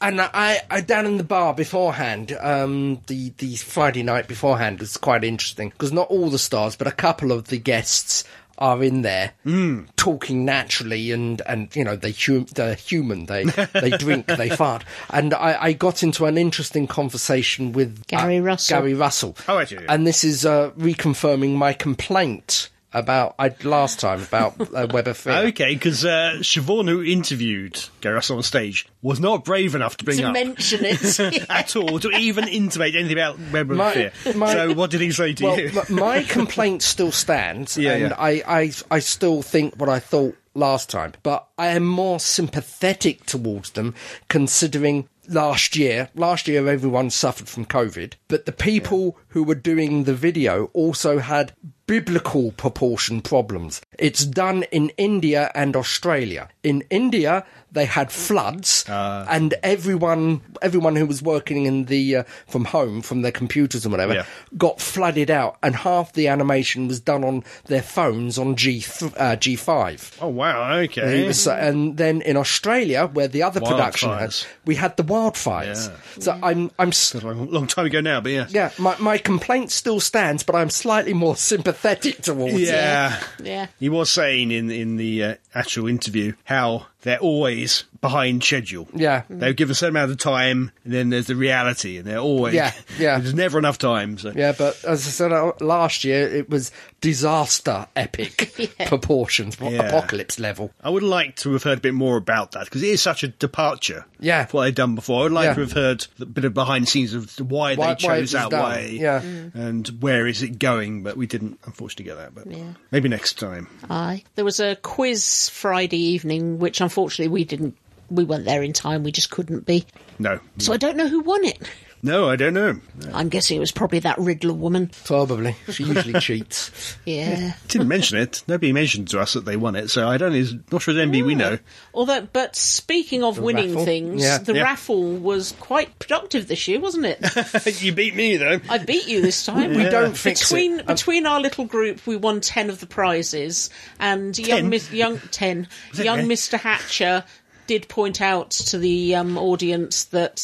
[SPEAKER 2] And I, I down in the bar beforehand, um, the the Friday night beforehand was quite interesting because not all the stars, but a couple of the guests are in there
[SPEAKER 3] Hmm.
[SPEAKER 2] talking naturally and and you know they hum- they're human they
[SPEAKER 3] <laughs>
[SPEAKER 2] they drink they fart and I, I got into an interesting conversation with uh,
[SPEAKER 1] Gary Russell.
[SPEAKER 2] Gary Russell
[SPEAKER 3] Oh, actually, yeah.
[SPEAKER 2] and this is uh, reconfirming my complaint about I last time about uh, Web of
[SPEAKER 3] <laughs>
[SPEAKER 2] Fear
[SPEAKER 3] Okay, because uh, Siobhan, who interviewed Gary Russell on stage, was not brave enough to bring
[SPEAKER 1] to
[SPEAKER 3] up
[SPEAKER 1] mention it.
[SPEAKER 3] <laughs>
[SPEAKER 1] <laughs>
[SPEAKER 3] at all, to even intimate anything about Web of
[SPEAKER 2] My-
[SPEAKER 3] Fear.
[SPEAKER 2] my-
[SPEAKER 3] so, what did he say to
[SPEAKER 2] well,
[SPEAKER 3] you?
[SPEAKER 2] m- my complaint still stands,
[SPEAKER 3] Yeah,
[SPEAKER 2] and
[SPEAKER 3] yeah.
[SPEAKER 2] I, I, I still think what I thought last time, but I am more sympathetic towards them considering last year. Last year, everyone suffered from COVID, but the people who were doing the video also had biblical proportion problems. It's done in India and Australia. In India, they had floods,
[SPEAKER 3] Ah.
[SPEAKER 2] and everyone, everyone who was working in the uh, from home, from their computers and whatever,
[SPEAKER 3] Yeah.
[SPEAKER 2] got flooded out, and half the animation was done on their phones on G th- uh, G5.
[SPEAKER 3] <laughs> oh, wow,
[SPEAKER 2] It
[SPEAKER 3] okay.
[SPEAKER 2] was, uh, and then in Australia, where the other production
[SPEAKER 3] Wildfires.
[SPEAKER 2] had, we had the wildfires. So I'm, I'm, s-
[SPEAKER 3] a long, long time ago now, but yes.
[SPEAKER 2] yeah, my, my complaint still stands, but I'm slightly more <laughs> sympathetic towards it.
[SPEAKER 3] Yeah.
[SPEAKER 1] yeah.
[SPEAKER 3] He was saying in in the uh, actual interview how they're always behind schedule.
[SPEAKER 2] Yeah.
[SPEAKER 3] They give a certain amount of time, and then there's the reality, and they're always
[SPEAKER 2] Yeah, yeah.
[SPEAKER 3] <laughs> There's never enough time. So
[SPEAKER 2] Yeah, but as I said uh, last year, it was disaster
[SPEAKER 3] <laughs>
[SPEAKER 2] epic proportions, what
[SPEAKER 3] Yeah.
[SPEAKER 2] apocalypse level.
[SPEAKER 3] I would like to have heard a bit more about that because it is such a departure.
[SPEAKER 2] Yeah.
[SPEAKER 3] from what they've done before. I would like
[SPEAKER 2] Yeah.
[SPEAKER 3] to have heard a bit of behind the scenes of
[SPEAKER 2] Why-
[SPEAKER 3] why,
[SPEAKER 2] why
[SPEAKER 3] they chose
[SPEAKER 2] it was
[SPEAKER 3] that
[SPEAKER 2] done,
[SPEAKER 3] way.
[SPEAKER 2] yeah.
[SPEAKER 3] and where is it going? But we didn't, unfortunately, get that. But
[SPEAKER 1] Yeah.
[SPEAKER 3] maybe next time.
[SPEAKER 1] Aye. There was a quiz Friday evening, which unfortunately we didn't. We weren't there in time. We just couldn't be.
[SPEAKER 3] No,
[SPEAKER 1] So I don't know who won it.
[SPEAKER 3] no, I don't know.
[SPEAKER 1] I'm guessing it was probably that Riddler woman.
[SPEAKER 2] Probably. She usually <laughs> cheats.
[SPEAKER 1] Yeah.
[SPEAKER 3] Didn't mention it. Nobody mentioned to us that they won it, so I don't. It's not sure it's MB we know.
[SPEAKER 1] Although, Hmm. but speaking of winning
[SPEAKER 2] raffle?
[SPEAKER 1] things,
[SPEAKER 2] Yeah.
[SPEAKER 1] the
[SPEAKER 3] Yeah.
[SPEAKER 1] raffle was quite productive this year, wasn't it?
[SPEAKER 2] Mm. <laughs>
[SPEAKER 3] you beat me though.
[SPEAKER 1] I beat you this time.
[SPEAKER 2] We don't fix
[SPEAKER 1] between
[SPEAKER 2] it. Um,
[SPEAKER 1] between our little group, we won ten of the prizes, and
[SPEAKER 3] Ten?
[SPEAKER 1] young Miss young ten
[SPEAKER 3] it
[SPEAKER 1] young
[SPEAKER 3] really?
[SPEAKER 1] Mister Hatcher did point out to the um, audience that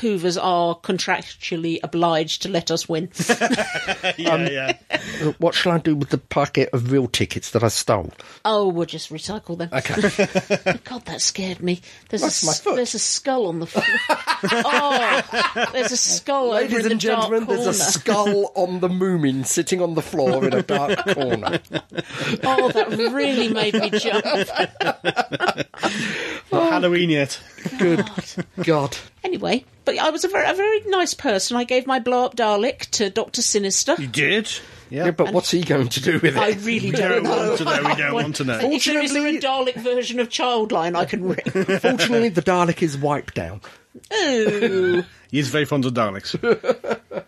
[SPEAKER 1] Hoovers are contractually obliged to let us win.
[SPEAKER 3] <laughs>
[SPEAKER 1] <laughs>
[SPEAKER 3] yeah,
[SPEAKER 2] Um,
[SPEAKER 3] yeah.
[SPEAKER 2] What shall I do with the packet of real tickets that I stole?
[SPEAKER 1] oh, we'll just recycle them.
[SPEAKER 2] Okay.
[SPEAKER 1] <laughs> God, that scared me. There's
[SPEAKER 2] That's
[SPEAKER 1] a
[SPEAKER 2] my
[SPEAKER 1] s-
[SPEAKER 2] foot.
[SPEAKER 1] there's a skull on the floor. oh, there's a skull over
[SPEAKER 2] Ladies
[SPEAKER 1] in the
[SPEAKER 2] and gentlemen,
[SPEAKER 1] dark corner.
[SPEAKER 2] there's a skull on the moomin sitting on the floor in a dark corner.
[SPEAKER 1] <laughs> oh, that really made me jump.
[SPEAKER 2] oh.
[SPEAKER 3] Not Halloween yet.
[SPEAKER 2] Good God.
[SPEAKER 1] Anyway, but I was a very, a very nice person. I gave my blow up Dalek to Doctor Sinister.
[SPEAKER 3] You did?
[SPEAKER 2] Yeah, but what's he going to do with it?
[SPEAKER 1] I really don't
[SPEAKER 3] don't
[SPEAKER 1] <laughs> know.
[SPEAKER 3] want to know,
[SPEAKER 2] <laughs>
[SPEAKER 3] we don't want to know.
[SPEAKER 1] If there is a
[SPEAKER 2] Fortunately-
[SPEAKER 1] Dalek version of Childline, I
[SPEAKER 2] <laughs>
[SPEAKER 1] can ring.
[SPEAKER 2] Fortunately, the Dalek is wiped down.
[SPEAKER 1] Ooh.
[SPEAKER 3] He is very fond of Daleks.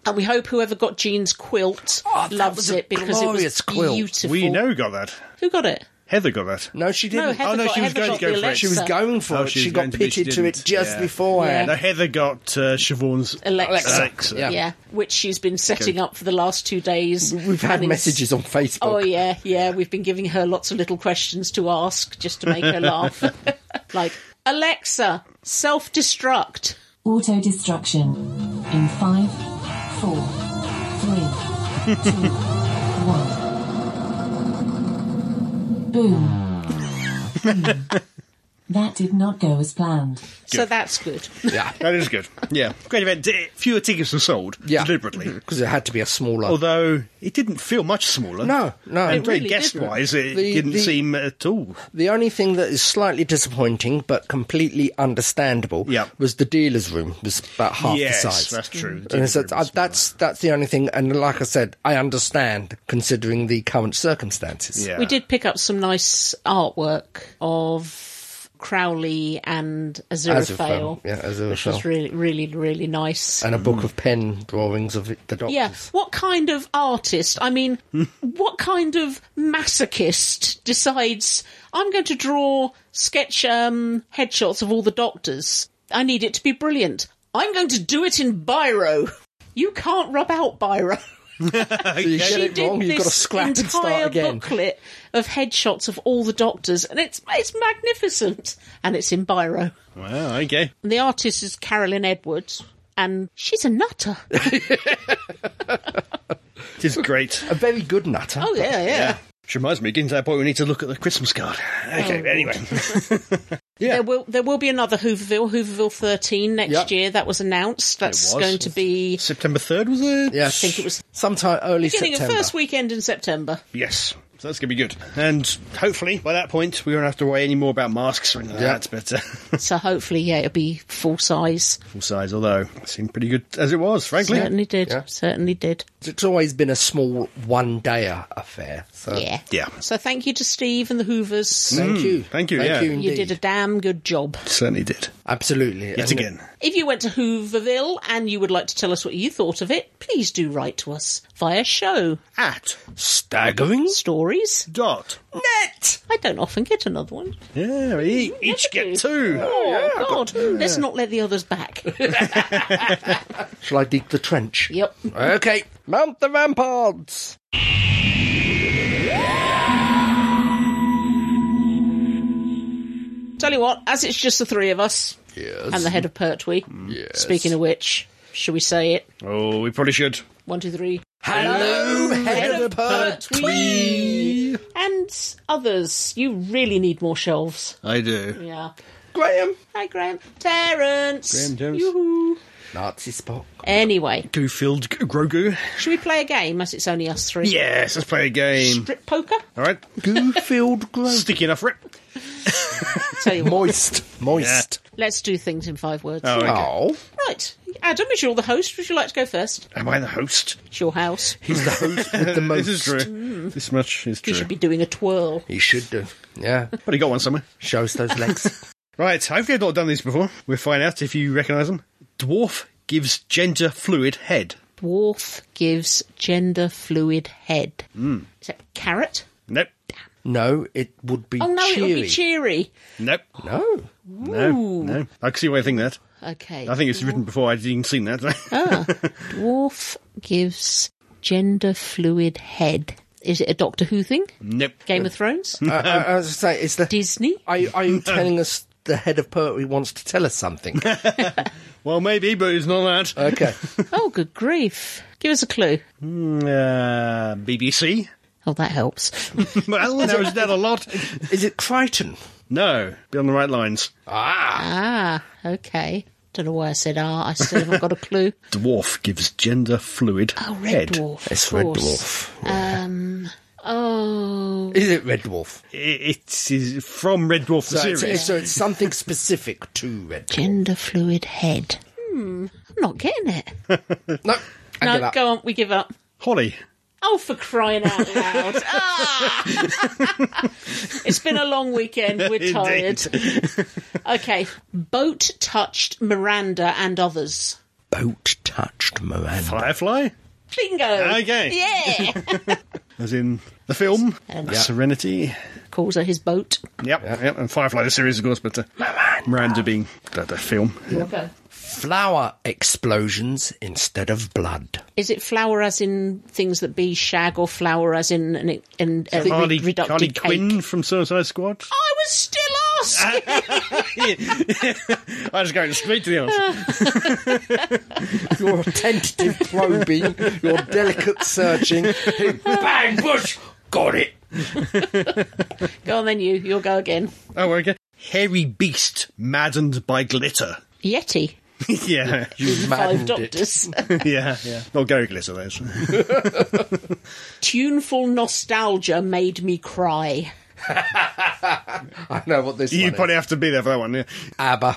[SPEAKER 1] And we hope whoever got Jean's quilt
[SPEAKER 2] Oh, that
[SPEAKER 1] loves
[SPEAKER 2] was a
[SPEAKER 1] it because it
[SPEAKER 2] glorious
[SPEAKER 1] was
[SPEAKER 2] quilt.
[SPEAKER 1] beautiful.
[SPEAKER 3] we know got that.
[SPEAKER 1] Who got it?
[SPEAKER 3] Heather got that.
[SPEAKER 2] No, she
[SPEAKER 1] No,
[SPEAKER 2] didn't.
[SPEAKER 1] Heather
[SPEAKER 3] Oh, no,
[SPEAKER 1] got,
[SPEAKER 3] she was
[SPEAKER 1] Heather
[SPEAKER 3] going
[SPEAKER 1] got
[SPEAKER 3] to go
[SPEAKER 1] the
[SPEAKER 3] for it.
[SPEAKER 1] Alexa.
[SPEAKER 2] she was going for
[SPEAKER 3] Oh,
[SPEAKER 2] it.
[SPEAKER 3] she
[SPEAKER 2] She
[SPEAKER 3] was
[SPEAKER 2] got
[SPEAKER 3] going to be- she
[SPEAKER 2] pitted to it
[SPEAKER 3] didn't.
[SPEAKER 2] just
[SPEAKER 3] Yeah.
[SPEAKER 2] beforehand.
[SPEAKER 3] No, Heather got uh, Siobhan's
[SPEAKER 1] Alexa.
[SPEAKER 3] Alexa.
[SPEAKER 2] Yeah.
[SPEAKER 1] Yeah, which she's been setting
[SPEAKER 3] Okay.
[SPEAKER 1] up for the last two days.
[SPEAKER 2] We've had
[SPEAKER 1] And it's-
[SPEAKER 2] messages on Facebook.
[SPEAKER 1] Oh yeah, yeah. We've been giving her lots of little questions to ask just
[SPEAKER 2] <laughs>
[SPEAKER 1] to make her laugh. like Alexa, self-destruct.
[SPEAKER 4] Auto destruction in five, four, three, two, one. Boom. <laughs> Hmm. That did not go as planned.
[SPEAKER 1] So that's good.
[SPEAKER 2] Yeah.
[SPEAKER 3] That is good. Yeah. Great event. D- Fewer tickets were sold
[SPEAKER 2] Yeah. Mm-hmm.
[SPEAKER 3] deliberately.
[SPEAKER 2] Because it had to be a smaller.
[SPEAKER 3] Although it didn't feel much smaller.
[SPEAKER 2] No, no.
[SPEAKER 3] And
[SPEAKER 2] It
[SPEAKER 1] really
[SPEAKER 3] guest wise, it
[SPEAKER 2] The-
[SPEAKER 3] didn't
[SPEAKER 2] the-
[SPEAKER 3] seem at all.
[SPEAKER 2] the only thing that is slightly disappointing but completely understandable
[SPEAKER 3] Yeah.
[SPEAKER 2] was the dealer's room was about half
[SPEAKER 3] Yes,
[SPEAKER 2] the size. Mm-hmm.
[SPEAKER 3] that's true. The
[SPEAKER 2] And
[SPEAKER 3] dealer's
[SPEAKER 2] so
[SPEAKER 3] room
[SPEAKER 2] I-
[SPEAKER 3] was
[SPEAKER 2] that's that's the only thing. And like I said, I understand considering the current circumstances.
[SPEAKER 3] Yeah.
[SPEAKER 1] We did pick up some nice artwork of Crowley and Aziraphale,
[SPEAKER 2] Aziraphale, yeah,
[SPEAKER 1] which was
[SPEAKER 2] Aziraphale.
[SPEAKER 1] really, really, really nice.
[SPEAKER 2] And a
[SPEAKER 3] Mm.
[SPEAKER 2] book of pen drawings of it- the doctors.
[SPEAKER 1] yeah, what kind of artist?
[SPEAKER 2] <laughs>
[SPEAKER 1] I mean, what kind of masochist decides I'm going to draw sketch um, headshots of all the doctors? I need it to be brilliant. I'm going to do it in biro. You can't rub out biro.
[SPEAKER 2] So you get
[SPEAKER 1] she
[SPEAKER 2] it
[SPEAKER 1] did
[SPEAKER 2] wrong,
[SPEAKER 1] this
[SPEAKER 2] you've got to scrap and
[SPEAKER 1] entire
[SPEAKER 2] start again.
[SPEAKER 1] booklet of headshots of all the doctors, and it's it's magnificent, and it's in biro.
[SPEAKER 3] Wow, okay.
[SPEAKER 1] And the artist is Carolyn Edwards, and she's
[SPEAKER 2] <laughs>
[SPEAKER 1] a nutter.
[SPEAKER 3] It is
[SPEAKER 2] <laughs>
[SPEAKER 3] great.
[SPEAKER 2] A very good nutter.
[SPEAKER 1] Oh yeah, yeah.
[SPEAKER 3] Which reminds me, getting to that point, we need to look at the Christmas card.
[SPEAKER 1] Oh,
[SPEAKER 3] Okay, anyway.
[SPEAKER 1] <laughs> There will there will be another Hooverville, Hooverville 13 next
[SPEAKER 2] Yep.
[SPEAKER 1] year. That was announced. That's
[SPEAKER 3] was.
[SPEAKER 1] going to be
[SPEAKER 3] September 3rd, was it?
[SPEAKER 2] Yeah,
[SPEAKER 1] think it was
[SPEAKER 2] sometime early
[SPEAKER 1] beginning
[SPEAKER 2] September.
[SPEAKER 1] of first weekend in September.
[SPEAKER 3] Yes. So that's going to be good. And hopefully, by that point, we won't have to worry any more about masks or anything like
[SPEAKER 2] Yeah.
[SPEAKER 3] that. But uh, <laughs>
[SPEAKER 1] So hopefully, yeah, it'll be full size.
[SPEAKER 3] full size, although it seemed pretty good as it was, frankly.
[SPEAKER 1] Certainly did.
[SPEAKER 2] Yeah.
[SPEAKER 1] Certainly did.
[SPEAKER 2] It's always been a small one-dayer affair. So
[SPEAKER 1] Yeah.
[SPEAKER 3] Yeah.
[SPEAKER 1] So thank you to Steve and the Hoovers.
[SPEAKER 2] Uh, Thank you.
[SPEAKER 3] Mm, Thank you,
[SPEAKER 2] Thank
[SPEAKER 3] yeah.
[SPEAKER 2] you
[SPEAKER 1] You
[SPEAKER 2] indeed.
[SPEAKER 1] did a damn good job.
[SPEAKER 3] Certainly did.
[SPEAKER 2] Absolutely.
[SPEAKER 3] Yet
[SPEAKER 2] And-
[SPEAKER 3] again.
[SPEAKER 1] If you went to Hooverville and you would like to tell us what you thought of it, please do write to us via show
[SPEAKER 3] At
[SPEAKER 2] Staggering
[SPEAKER 1] stories.
[SPEAKER 3] dot.
[SPEAKER 2] net.
[SPEAKER 1] I don't often get another one.
[SPEAKER 3] Yeah, we each get two.
[SPEAKER 1] Oh, God. Let's not let the others back.
[SPEAKER 2] <laughs> Shall I dig the trench?
[SPEAKER 1] yep.
[SPEAKER 2] Okay. Mount the ramparts.
[SPEAKER 1] Tell you what, as it's just the three of us
[SPEAKER 2] Yes.
[SPEAKER 1] and the head of Pertwee, speaking of which, shall we say it?
[SPEAKER 3] Oh, we probably should.
[SPEAKER 1] One, two, three.
[SPEAKER 2] Hello, head of Pertwee.
[SPEAKER 1] And others. You really need more shelves.
[SPEAKER 3] I do.
[SPEAKER 1] Yeah.
[SPEAKER 2] Graham.
[SPEAKER 1] Hi, Graham. Terence.
[SPEAKER 3] Graham Terrence.
[SPEAKER 1] Yoo-hoo.
[SPEAKER 2] Nazi Spock.
[SPEAKER 1] Anyway,
[SPEAKER 3] Goofield Grogu.
[SPEAKER 1] should we play a game as it's only us three?
[SPEAKER 3] Yes, let's play a game.
[SPEAKER 1] Strip poker?
[SPEAKER 3] All right.
[SPEAKER 2] Goofield Grove.
[SPEAKER 3] Sticky enough, Rip.
[SPEAKER 1] Tell you what, <laughs>
[SPEAKER 2] Moist. Moist.
[SPEAKER 1] let's do things in five words.
[SPEAKER 3] Oh, okay.
[SPEAKER 2] Oh.
[SPEAKER 1] Right. Adam, as you're the host, would you like to go first?
[SPEAKER 3] Am I the host?
[SPEAKER 1] It's your house.
[SPEAKER 2] He's the host with the most.
[SPEAKER 3] <laughs> This is true. This much is
[SPEAKER 1] You
[SPEAKER 3] true.
[SPEAKER 1] should be doing a twirl.
[SPEAKER 2] He should do. Yeah.
[SPEAKER 3] But he got one somewhere.
[SPEAKER 2] Shows those <laughs> legs.
[SPEAKER 3] Right, hopefully I've not done these before. We'll find out if you recognise them. Dwarf gives gender fluid head.
[SPEAKER 1] Dwarf gives gender fluid head. Is that carrot?
[SPEAKER 3] Nope.
[SPEAKER 2] no, it would be
[SPEAKER 1] Oh no,
[SPEAKER 2] cheery.
[SPEAKER 1] it'll be cheery.
[SPEAKER 3] Nope.
[SPEAKER 2] no.
[SPEAKER 3] No. No. I can see why I think that.
[SPEAKER 1] Okay.
[SPEAKER 3] I think it's written before I'd even seen that.
[SPEAKER 1] Dwarf gives gender fluid head. Is it a Doctor Who thing?
[SPEAKER 3] <laughs> nope.
[SPEAKER 1] Game of <laughs> Thrones?
[SPEAKER 2] I, I, Uh, I was saying, it's
[SPEAKER 1] <laughs>
[SPEAKER 2] the.
[SPEAKER 1] Disney?
[SPEAKER 2] Are, you- are you telling us the head of poetry wants to tell us <laughs> something?
[SPEAKER 3] Well, maybe, but it's not that.
[SPEAKER 2] Okay.
[SPEAKER 1] Oh, good grief. Give us a clue.
[SPEAKER 3] Uh, BBC.
[SPEAKER 1] Oh, that helps.
[SPEAKER 3] <laughs> well, no, is that a lot?
[SPEAKER 2] Is it Crichton?
[SPEAKER 3] No. Be on the right lines.
[SPEAKER 2] Ah.
[SPEAKER 1] Ah, okay. Don't know why I said ah. I still haven't got a clue.
[SPEAKER 3] Dwarf gives gender fluid
[SPEAKER 1] <laughs> Oh, Red
[SPEAKER 3] head.
[SPEAKER 1] Dwarf.
[SPEAKER 2] It's
[SPEAKER 1] of
[SPEAKER 2] Red
[SPEAKER 1] course.
[SPEAKER 2] Dwarf.
[SPEAKER 1] Um. Oh.
[SPEAKER 2] Is it Red Dwarf?
[SPEAKER 3] I- It is from Red Dwarf the
[SPEAKER 2] So it's,
[SPEAKER 3] series.
[SPEAKER 2] it's- so it's something specific to Red Dwarf.
[SPEAKER 1] Gender fluid head. Hmm. I'm not getting it.
[SPEAKER 2] No. I
[SPEAKER 1] No,
[SPEAKER 2] give up.
[SPEAKER 1] go on. We give up.
[SPEAKER 3] Holly.
[SPEAKER 1] Oh, for crying
[SPEAKER 2] <laughs>
[SPEAKER 1] out loud. ah! it's been a long weekend. We're tired. Okay. Boat touched Miranda and others.
[SPEAKER 2] Boat touched Miranda.
[SPEAKER 3] Firefly?
[SPEAKER 1] Bingo.
[SPEAKER 3] Okay.
[SPEAKER 2] <laughs>
[SPEAKER 1] Yeah.
[SPEAKER 3] As in the film.
[SPEAKER 2] Yeah.
[SPEAKER 3] Serenity.
[SPEAKER 1] Calls her his boat.
[SPEAKER 3] Yep, yep, and Firefly the series, of course, but uh, Miranda being the, the film.
[SPEAKER 1] Okay.
[SPEAKER 2] Flower explosions instead of blood.
[SPEAKER 1] Is it flour as in things that be shag or flour as in an, an, a
[SPEAKER 3] Harley,
[SPEAKER 1] re- reductive
[SPEAKER 3] Harley
[SPEAKER 1] cake?
[SPEAKER 3] Quinn from Suicide Squad. <laughs>
[SPEAKER 1] I was still
[SPEAKER 2] Ah,
[SPEAKER 1] asking.
[SPEAKER 3] I was going straight to the answer.
[SPEAKER 2] Your tentative probing, your delicate searching. Bang, bush! Got it.
[SPEAKER 1] <laughs> Go on then, you. You'll go again.
[SPEAKER 3] Oh, okay. Hairy beast maddened by glitter.
[SPEAKER 1] Yeti.
[SPEAKER 3] <laughs> yeah,
[SPEAKER 2] You
[SPEAKER 1] Five
[SPEAKER 2] maddened it.
[SPEAKER 1] Doctors.
[SPEAKER 3] yeah, yeah. Not Gary Glitter, though.
[SPEAKER 1] Tuneful nostalgia made me cry.
[SPEAKER 2] I know what this
[SPEAKER 3] <laughs> you
[SPEAKER 2] one
[SPEAKER 3] probably
[SPEAKER 2] is.
[SPEAKER 3] have to be there for that one. Yeah.
[SPEAKER 2] ABBA.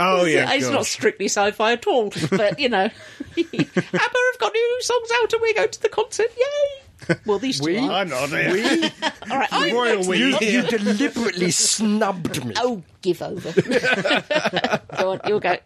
[SPEAKER 3] Oh, yeah.
[SPEAKER 1] it's not
[SPEAKER 3] gosh.
[SPEAKER 1] strictly sci-fi at all, but you know, <laughs> ABBA have got new songs out, and we go to the concert. Yay! Well, these two
[SPEAKER 2] We?
[SPEAKER 1] are.
[SPEAKER 3] I'm not. Yeah.
[SPEAKER 1] All right,
[SPEAKER 3] <laughs>
[SPEAKER 1] I'm
[SPEAKER 3] Royal
[SPEAKER 1] next.
[SPEAKER 3] we.
[SPEAKER 2] You, you deliberately snubbed me.
[SPEAKER 1] Oh, give over. <laughs> go on, you'll go.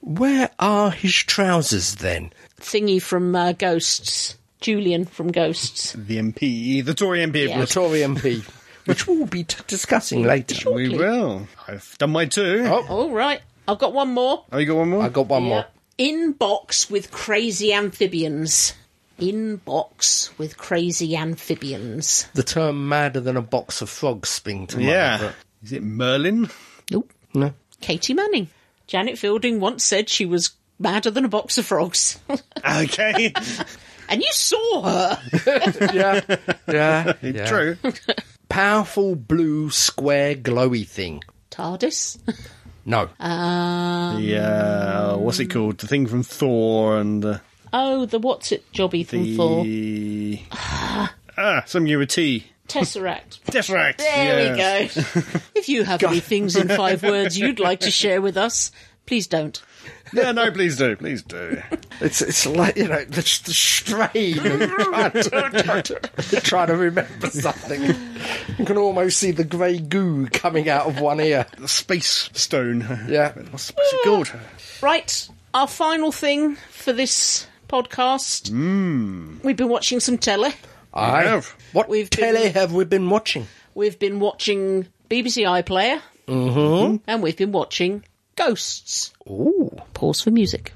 [SPEAKER 2] Where are his trousers then?
[SPEAKER 1] Thingy from uh, Ghosts. Julian from Ghosts.
[SPEAKER 3] The MP, the Tory MP.
[SPEAKER 1] Yeah.
[SPEAKER 2] The Tory MP, which we'll be t- discussing later.
[SPEAKER 3] We will. I've done my two. Oh,
[SPEAKER 1] All right, I've got one more.
[SPEAKER 3] you got one more?
[SPEAKER 2] I got one more.
[SPEAKER 1] In box with crazy amphibians. In box with crazy amphibians.
[SPEAKER 2] The term madder than a box of frogs spring to mind.
[SPEAKER 3] yeah.
[SPEAKER 2] but-
[SPEAKER 3] Is it Merlin?
[SPEAKER 1] Nope.
[SPEAKER 2] No.
[SPEAKER 1] Katie Manning. Janet Fielding once said she was madder than a box of frogs.
[SPEAKER 3] <laughs> <laughs> Okay.
[SPEAKER 1] and you saw her.
[SPEAKER 3] <laughs>
[SPEAKER 2] Yeah. yeah. yeah.
[SPEAKER 3] True.
[SPEAKER 2] Powerful blue square glowy thing.
[SPEAKER 1] TARDIS.
[SPEAKER 2] No.
[SPEAKER 3] Yeah. uh, What's it called? The thing from Thor and uh,
[SPEAKER 1] Oh, the what's it jobby from Thor?
[SPEAKER 3] the. <sighs> ah, something with a T.
[SPEAKER 1] Tesseract.
[SPEAKER 3] Tesseract.
[SPEAKER 1] There
[SPEAKER 3] yes.
[SPEAKER 1] we go. <laughs> if you have any things in five words you'd like to share with us, please don't.
[SPEAKER 3] Yeah, no, please do. Please do.
[SPEAKER 2] It's it's like you know the, the strain of
[SPEAKER 1] <laughs>
[SPEAKER 2] trying to, trying to remember something. You can almost see the grey goo coming out of one ear.
[SPEAKER 3] The Space Stone.
[SPEAKER 2] Yeah.
[SPEAKER 3] What's, what's it called?
[SPEAKER 1] Right, our final thing for this podcast. We've been watching some tele.
[SPEAKER 2] I
[SPEAKER 3] have.
[SPEAKER 2] What
[SPEAKER 1] We've been-
[SPEAKER 2] tele have we been watching?
[SPEAKER 1] We've been watching BBC iPlayer. Mm-hmm. And we've been watching Ghosts.
[SPEAKER 2] Ooh.
[SPEAKER 1] Pause for music.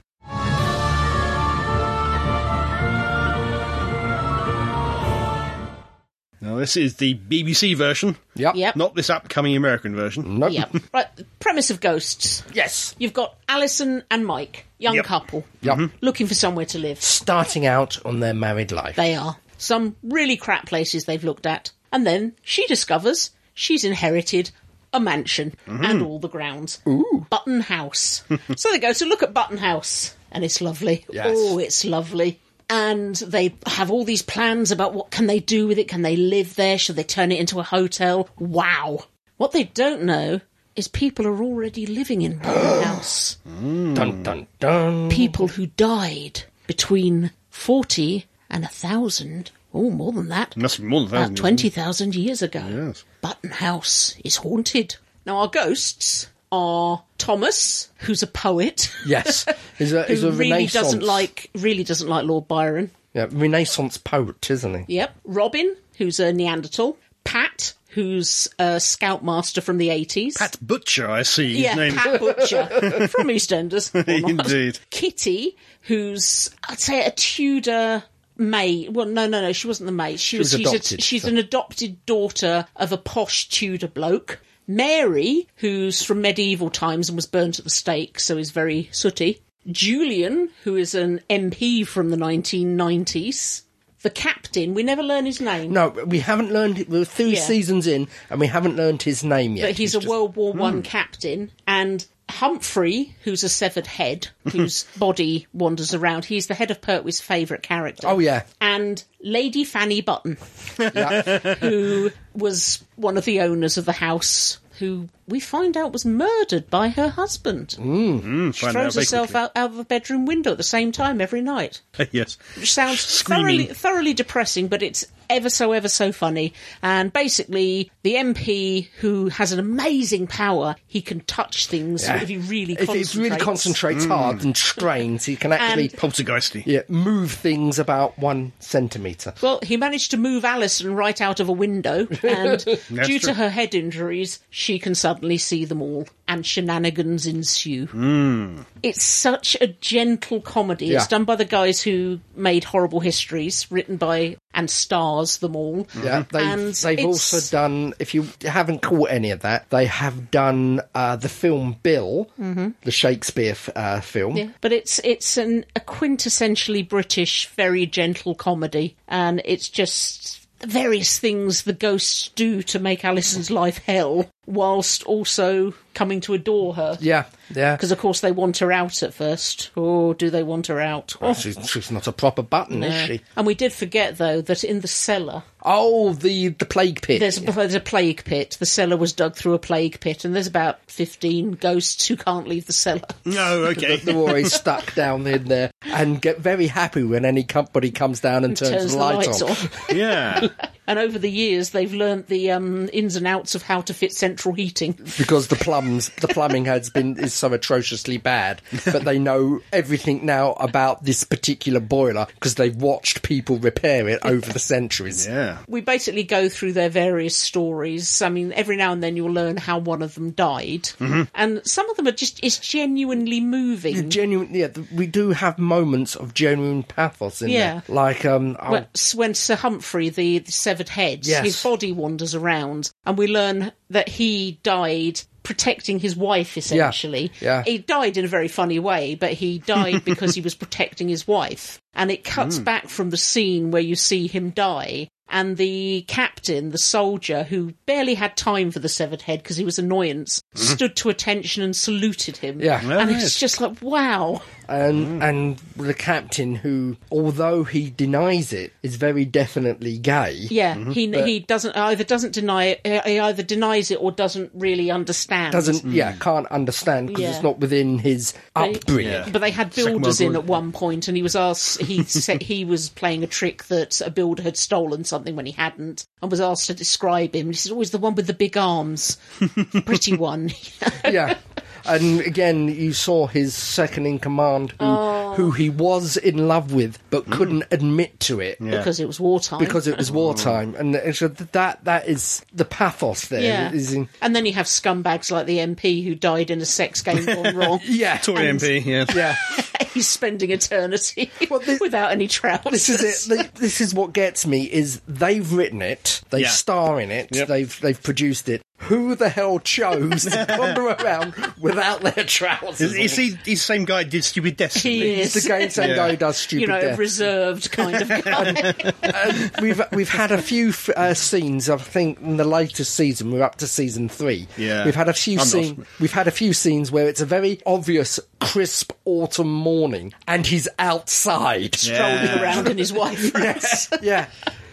[SPEAKER 3] Now, this is the BBC version,
[SPEAKER 2] Yep.
[SPEAKER 1] Yep.
[SPEAKER 3] not this upcoming American version.
[SPEAKER 2] Nope.
[SPEAKER 1] Yep. right, premise of Ghosts.
[SPEAKER 2] Yes.
[SPEAKER 1] You've got Alison and Mike, young
[SPEAKER 3] Yep.
[SPEAKER 1] couple,
[SPEAKER 2] Yep.
[SPEAKER 1] looking for somewhere to live.
[SPEAKER 2] Starting out on their married life.
[SPEAKER 1] They are. Some really crap places they've looked at. And then she discovers she's inherited a mansion and all the grounds. Ooh. Button House. so they go to look at Button House and it's lovely.
[SPEAKER 2] Yes.
[SPEAKER 1] Oh, it's lovely. And they have all these plans about what can they do with it? Can they live there? Should they turn it into a hotel? Wow. What they don't know is people are already living in Button House
[SPEAKER 2] Dun dun dun.
[SPEAKER 1] people who died between 40 and 1,000, oh, more than that,
[SPEAKER 3] Must be more than a
[SPEAKER 1] about
[SPEAKER 3] thousand.
[SPEAKER 1] 20,000 years ago.
[SPEAKER 3] Yes.
[SPEAKER 1] Button House is haunted. Now, our ghosts are Thomas, who's a poet,
[SPEAKER 2] Yes. He's a, he's
[SPEAKER 1] <laughs> who
[SPEAKER 2] a
[SPEAKER 1] really
[SPEAKER 2] Renaissance.
[SPEAKER 1] doesn't like really doesn't like Lord Byron.
[SPEAKER 2] Yeah, Renaissance poet, isn't he?
[SPEAKER 1] Yep. Robin, who's a Neanderthal. Pat, who's a scoutmaster from the 80s.
[SPEAKER 3] Pat Butcher, I see.
[SPEAKER 1] yeah,
[SPEAKER 3] His name <laughs>
[SPEAKER 1] Pat Butcher
[SPEAKER 2] <laughs>
[SPEAKER 1] from EastEnders. or not.
[SPEAKER 3] Indeed.
[SPEAKER 1] Kitty, who's I'd say a Tudor maid. Well, no, no, no, she wasn't the maid. She,
[SPEAKER 2] was
[SPEAKER 1] she's,
[SPEAKER 2] adopted,
[SPEAKER 1] A, she's
[SPEAKER 2] so-
[SPEAKER 1] an adopted daughter of a posh Tudor bloke. Mary, who's from medieval times and was burnt at the stake, so is very sooty. Julian, who is an MP from the 1990s. The captain, we never learn his name.
[SPEAKER 2] No, we haven't learned. We're three
[SPEAKER 1] Yeah.
[SPEAKER 2] seasons in, and we haven't learned his name yet.
[SPEAKER 1] But he's, a World
[SPEAKER 2] Hmm.
[SPEAKER 1] War One captain, and Humphrey, who's a severed head,
[SPEAKER 2] <laughs>
[SPEAKER 1] whose body wanders around. He's the head of Pertwee's favourite character.
[SPEAKER 2] Oh yeah,
[SPEAKER 1] and Lady Fanny Button, <laughs> who was one of the owners of the house, who we find out was murdered by her husband.
[SPEAKER 3] Find out
[SPEAKER 1] Throws
[SPEAKER 3] very
[SPEAKER 1] herself
[SPEAKER 3] quickly.
[SPEAKER 1] out, out of the bedroom window at the same time every night.
[SPEAKER 3] yes.
[SPEAKER 2] <laughs>
[SPEAKER 1] Which sounds thoroughly,
[SPEAKER 3] Screaming.
[SPEAKER 1] thoroughly depressing, but it's ever so, ever so funny. And basically, the MP who has an amazing power, he can touch things if he really
[SPEAKER 2] if
[SPEAKER 1] concentrates.
[SPEAKER 2] he really concentrates hard and strains, he can actually
[SPEAKER 1] And-
[SPEAKER 3] Poltergeisty.
[SPEAKER 2] yeah, move things about one centimetre.
[SPEAKER 1] Well, he managed to move Alison right out of a window,
[SPEAKER 2] <laughs>
[SPEAKER 1] and due
[SPEAKER 3] true.
[SPEAKER 1] to her head injuries, she can suddenly see them all, and shenanigans ensue. It's such a gentle comedy. It's
[SPEAKER 2] Hmm. Yeah.
[SPEAKER 1] done by the guys who made Horrible Histories, written by and stars them all.
[SPEAKER 2] Yeah, they've,
[SPEAKER 1] And
[SPEAKER 2] they've
[SPEAKER 1] it's-
[SPEAKER 2] also done. If you haven't caught any of that, they have done uh, the film Bill, the Shakespeare f- uh, film.
[SPEAKER 1] Mm-hmm. Yeah, but it's it's an a quintessentially British, very gentle comedy, and it's just various things the ghosts do to make Alison's life hell, whilst also coming to adore her.
[SPEAKER 2] Yeah, yeah.
[SPEAKER 1] Because, of course, they want her out at first. Or do they want her out? Oh,
[SPEAKER 2] She's, she's not a proper button, is
[SPEAKER 1] yeah.
[SPEAKER 2] she?
[SPEAKER 1] And we did forget, though, that in the cellar,
[SPEAKER 2] Oh, the the plague pit. <laughs>
[SPEAKER 1] there's, a, there's a plague pit. The cellar was dug through a plague pit, and there's about 15 ghosts who can't leave the cellar.
[SPEAKER 2] <laughs>
[SPEAKER 3] No, okay.
[SPEAKER 2] They're always stuck down in there and get very happy when any company comes down and turns, the light on.
[SPEAKER 3] yeah.
[SPEAKER 1] And over the years, they've learnt the um, ins and outs of how to fit central heating.
[SPEAKER 2] because the plums the plumbing has been is so atrociously bad but they know everything now about this particular boiler because they've watched people repair it over the centuries
[SPEAKER 3] Yeah.
[SPEAKER 1] We basically go through their various stories. I mean, every now and then you'll learn how one of them died. And some of them are just, it's genuinely moving.
[SPEAKER 2] genuine yeah th- we do have moments of genuine pathos in
[SPEAKER 1] Yeah.
[SPEAKER 2] there like um oh,
[SPEAKER 1] Well, s- when Sir Humphrey, the, the severed head,
[SPEAKER 2] Yes.
[SPEAKER 1] his body wanders around, and we learn that he died protecting his wife, essentially.
[SPEAKER 2] yeah.
[SPEAKER 1] He died in a very funny way, but
[SPEAKER 2] <laughs>
[SPEAKER 1] he died because he was protecting his wife. And it cuts
[SPEAKER 2] Mm.
[SPEAKER 1] back from the scene where you see him die. And the captain, the soldier, who barely had time for the severed head because he was annoyance, stood to attention and saluted him.
[SPEAKER 2] Mm-hmm. Yeah.
[SPEAKER 3] Oh,
[SPEAKER 1] and
[SPEAKER 3] yes.
[SPEAKER 1] it's just like, wow.
[SPEAKER 2] and and the captain who although he denies it is very definitely gay
[SPEAKER 1] Yeah, he he doesn't either doesn't deny it. uh, He either denies it or doesn't really understand.
[SPEAKER 2] doesn't yeah can't understand because
[SPEAKER 1] Yeah.
[SPEAKER 2] it's not within his
[SPEAKER 1] Right.
[SPEAKER 2] upbringing
[SPEAKER 1] But they had
[SPEAKER 3] Second World
[SPEAKER 1] builders in
[SPEAKER 3] War.
[SPEAKER 1] at one point, and he was asked. He said he was playing a trick that a builder had stolen something when he hadn't, and was asked to describe him. He said, "Always the one with the
[SPEAKER 2] <laughs>
[SPEAKER 1] big arms, pretty one." <laughs>
[SPEAKER 2] yeah. And again, you saw his second in command, who,
[SPEAKER 1] Oh.
[SPEAKER 2] who he was in love with but
[SPEAKER 3] Mm.
[SPEAKER 2] couldn't admit to it
[SPEAKER 1] because it was wartime.
[SPEAKER 2] because it was wartime. And it's- that that is the pathos there.
[SPEAKER 1] yeah,
[SPEAKER 2] is in-
[SPEAKER 1] and then you have scumbags like the MP who died in a sex
[SPEAKER 2] <laughs>
[SPEAKER 1] game gone wrong.
[SPEAKER 2] yeah.
[SPEAKER 3] Tory MP, yeah.
[SPEAKER 2] Yeah.
[SPEAKER 1] <laughs> He's spending eternity
[SPEAKER 2] Well, thi-
[SPEAKER 1] <laughs> without any trousers.
[SPEAKER 2] This is it. Th- This is what gets me is they've written it, they
[SPEAKER 3] Yeah.
[SPEAKER 2] star in it,
[SPEAKER 3] Yep.
[SPEAKER 2] they've they've produced it. Who the hell chose to wander <laughs> around without their trousers?
[SPEAKER 3] Is, is
[SPEAKER 2] on?
[SPEAKER 3] he he's the same guy who did Stupid Destiny?
[SPEAKER 1] <laughs> He
[SPEAKER 2] It's
[SPEAKER 1] is.
[SPEAKER 2] the game same guy who does stupid
[SPEAKER 1] you know,
[SPEAKER 2] death.
[SPEAKER 1] reserved kind
[SPEAKER 2] <laughs>
[SPEAKER 1] of guy.
[SPEAKER 2] we've we've had a few f- uh, scenes. I think in the latest season, we're up to season three.
[SPEAKER 3] Yeah.
[SPEAKER 2] we've had a few
[SPEAKER 3] I'm not-
[SPEAKER 2] scenes. We've had a few scenes where it's a very obvious, crisp autumn morning, and he's outside.
[SPEAKER 1] Rolling around in his wife.
[SPEAKER 2] <laughs> yeah.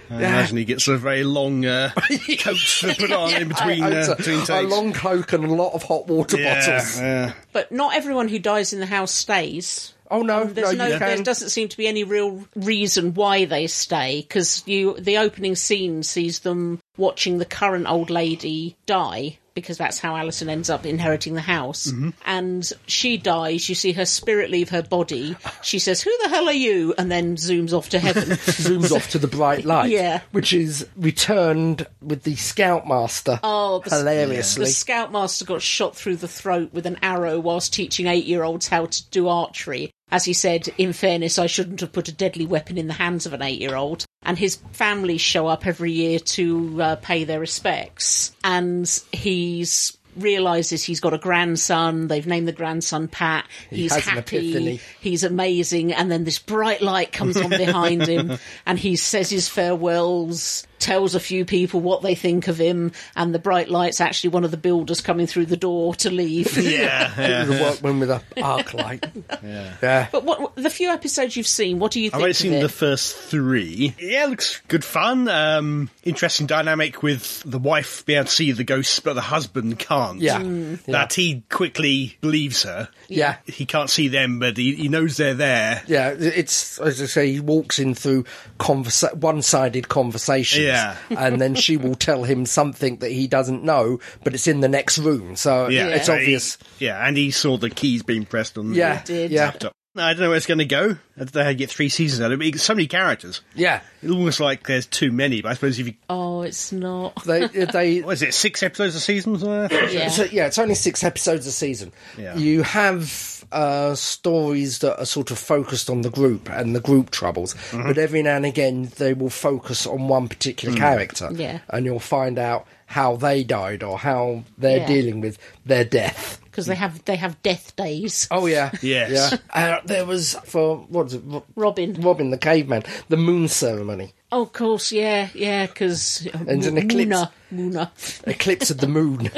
[SPEAKER 3] I imagine he gets a very long
[SPEAKER 1] <laughs>
[SPEAKER 3] uh, coat to put on in between,
[SPEAKER 2] It's
[SPEAKER 3] uh,
[SPEAKER 2] a-
[SPEAKER 3] between takes.
[SPEAKER 2] a long cloak and a lot of hot water
[SPEAKER 3] yeah,
[SPEAKER 2] bottles.
[SPEAKER 3] yeah.
[SPEAKER 1] But not everyone who dies in the house stays.
[SPEAKER 2] Oh no,
[SPEAKER 1] Um, There's
[SPEAKER 2] no,
[SPEAKER 1] no,
[SPEAKER 2] you
[SPEAKER 1] there
[SPEAKER 2] can.
[SPEAKER 1] doesn't seem to be any real reason why they stay because you the opening scene sees them watching the current old lady die because that's how Alison ends up inheriting the house
[SPEAKER 2] Mm-hmm.
[SPEAKER 1] and she dies you see her spirit leave her body she says who the hell are you and then zooms off to
[SPEAKER 2] <laughs>
[SPEAKER 1] heaven
[SPEAKER 2] Zooms off to the
[SPEAKER 1] <laughs>
[SPEAKER 2] bright light,
[SPEAKER 1] Yeah.
[SPEAKER 2] which is returned with the Scoutmaster.
[SPEAKER 1] Oh, the-
[SPEAKER 2] hilariously!
[SPEAKER 1] The scoutmaster got shot through the throat with an arrow whilst teaching eight year olds how to do archery. As he said, in fairness, I shouldn't have put a deadly weapon in the hands of an eight year old. And his family show up every year to uh, pay their respects. And he's realizes he's got a grandson they've named the grandson pat he's
[SPEAKER 2] has an
[SPEAKER 1] happy
[SPEAKER 2] epiphany.
[SPEAKER 1] he's amazing and then this bright light comes on behind <laughs> him and he says his farewells tells a few people what they think of him and the bright light's actually one of the builders coming through the door to leave
[SPEAKER 3] yeah, <laughs> yeah.
[SPEAKER 2] the workman with a arc light. yeah.
[SPEAKER 1] <laughs> but what the few episodes you've seen what do you
[SPEAKER 3] I've
[SPEAKER 1] think
[SPEAKER 3] only
[SPEAKER 1] of
[SPEAKER 3] seen
[SPEAKER 1] it?
[SPEAKER 3] the first three. Yeah, looks good fun. Um, interesting dynamic with the wife being able to see the ghosts, but the husband can't.
[SPEAKER 2] Yeah. Mm.
[SPEAKER 3] That he quickly believes her.
[SPEAKER 2] Yeah.
[SPEAKER 3] He can't see them, but he, he knows they're there.
[SPEAKER 2] Yeah, it's as I say, he walks in through conversa- one-sided conversations,
[SPEAKER 3] Yeah.
[SPEAKER 2] <laughs> and then she will tell him something that he doesn't know, but it's in the next room, so it's
[SPEAKER 3] so he-
[SPEAKER 2] obvious.
[SPEAKER 3] yeah, and he saw the keys being pressed on the
[SPEAKER 2] Yeah,
[SPEAKER 1] did.
[SPEAKER 2] yeah,
[SPEAKER 3] laptop. I don't know where it's going to go. I don't know how you get three seasons out of it. It's so many characters.
[SPEAKER 2] yeah.
[SPEAKER 3] It's almost like there's too many, but I suppose if you.
[SPEAKER 1] oh
[SPEAKER 3] <laughs>
[SPEAKER 1] it's not
[SPEAKER 2] They, they,
[SPEAKER 3] What is it, six episodes a season?
[SPEAKER 1] <laughs> yeah
[SPEAKER 2] So, yeah, it's only six episodes a season.
[SPEAKER 3] Yeah.
[SPEAKER 2] You have uh, stories that are sort of focused on the group and the group troubles,
[SPEAKER 3] Mm-hmm.
[SPEAKER 2] but every now and again they will focus on one
[SPEAKER 3] Mm.
[SPEAKER 2] particular character.
[SPEAKER 1] Yeah.
[SPEAKER 2] And you'll find out how they died or how they're
[SPEAKER 1] Yeah.
[SPEAKER 2] dealing with their death.
[SPEAKER 1] because they have they have death days
[SPEAKER 2] Oh, yeah.
[SPEAKER 3] Yes.
[SPEAKER 2] Yeah. Uh, there was, for, what was it? Ro-
[SPEAKER 1] robin
[SPEAKER 2] Robin the Caveman, the moon ceremony.
[SPEAKER 1] Oh, of course, yeah, yeah, because
[SPEAKER 2] There's an eclipse.
[SPEAKER 1] Muna, Muna.
[SPEAKER 2] Eclipse of the
[SPEAKER 3] <laughs>
[SPEAKER 2] Moon.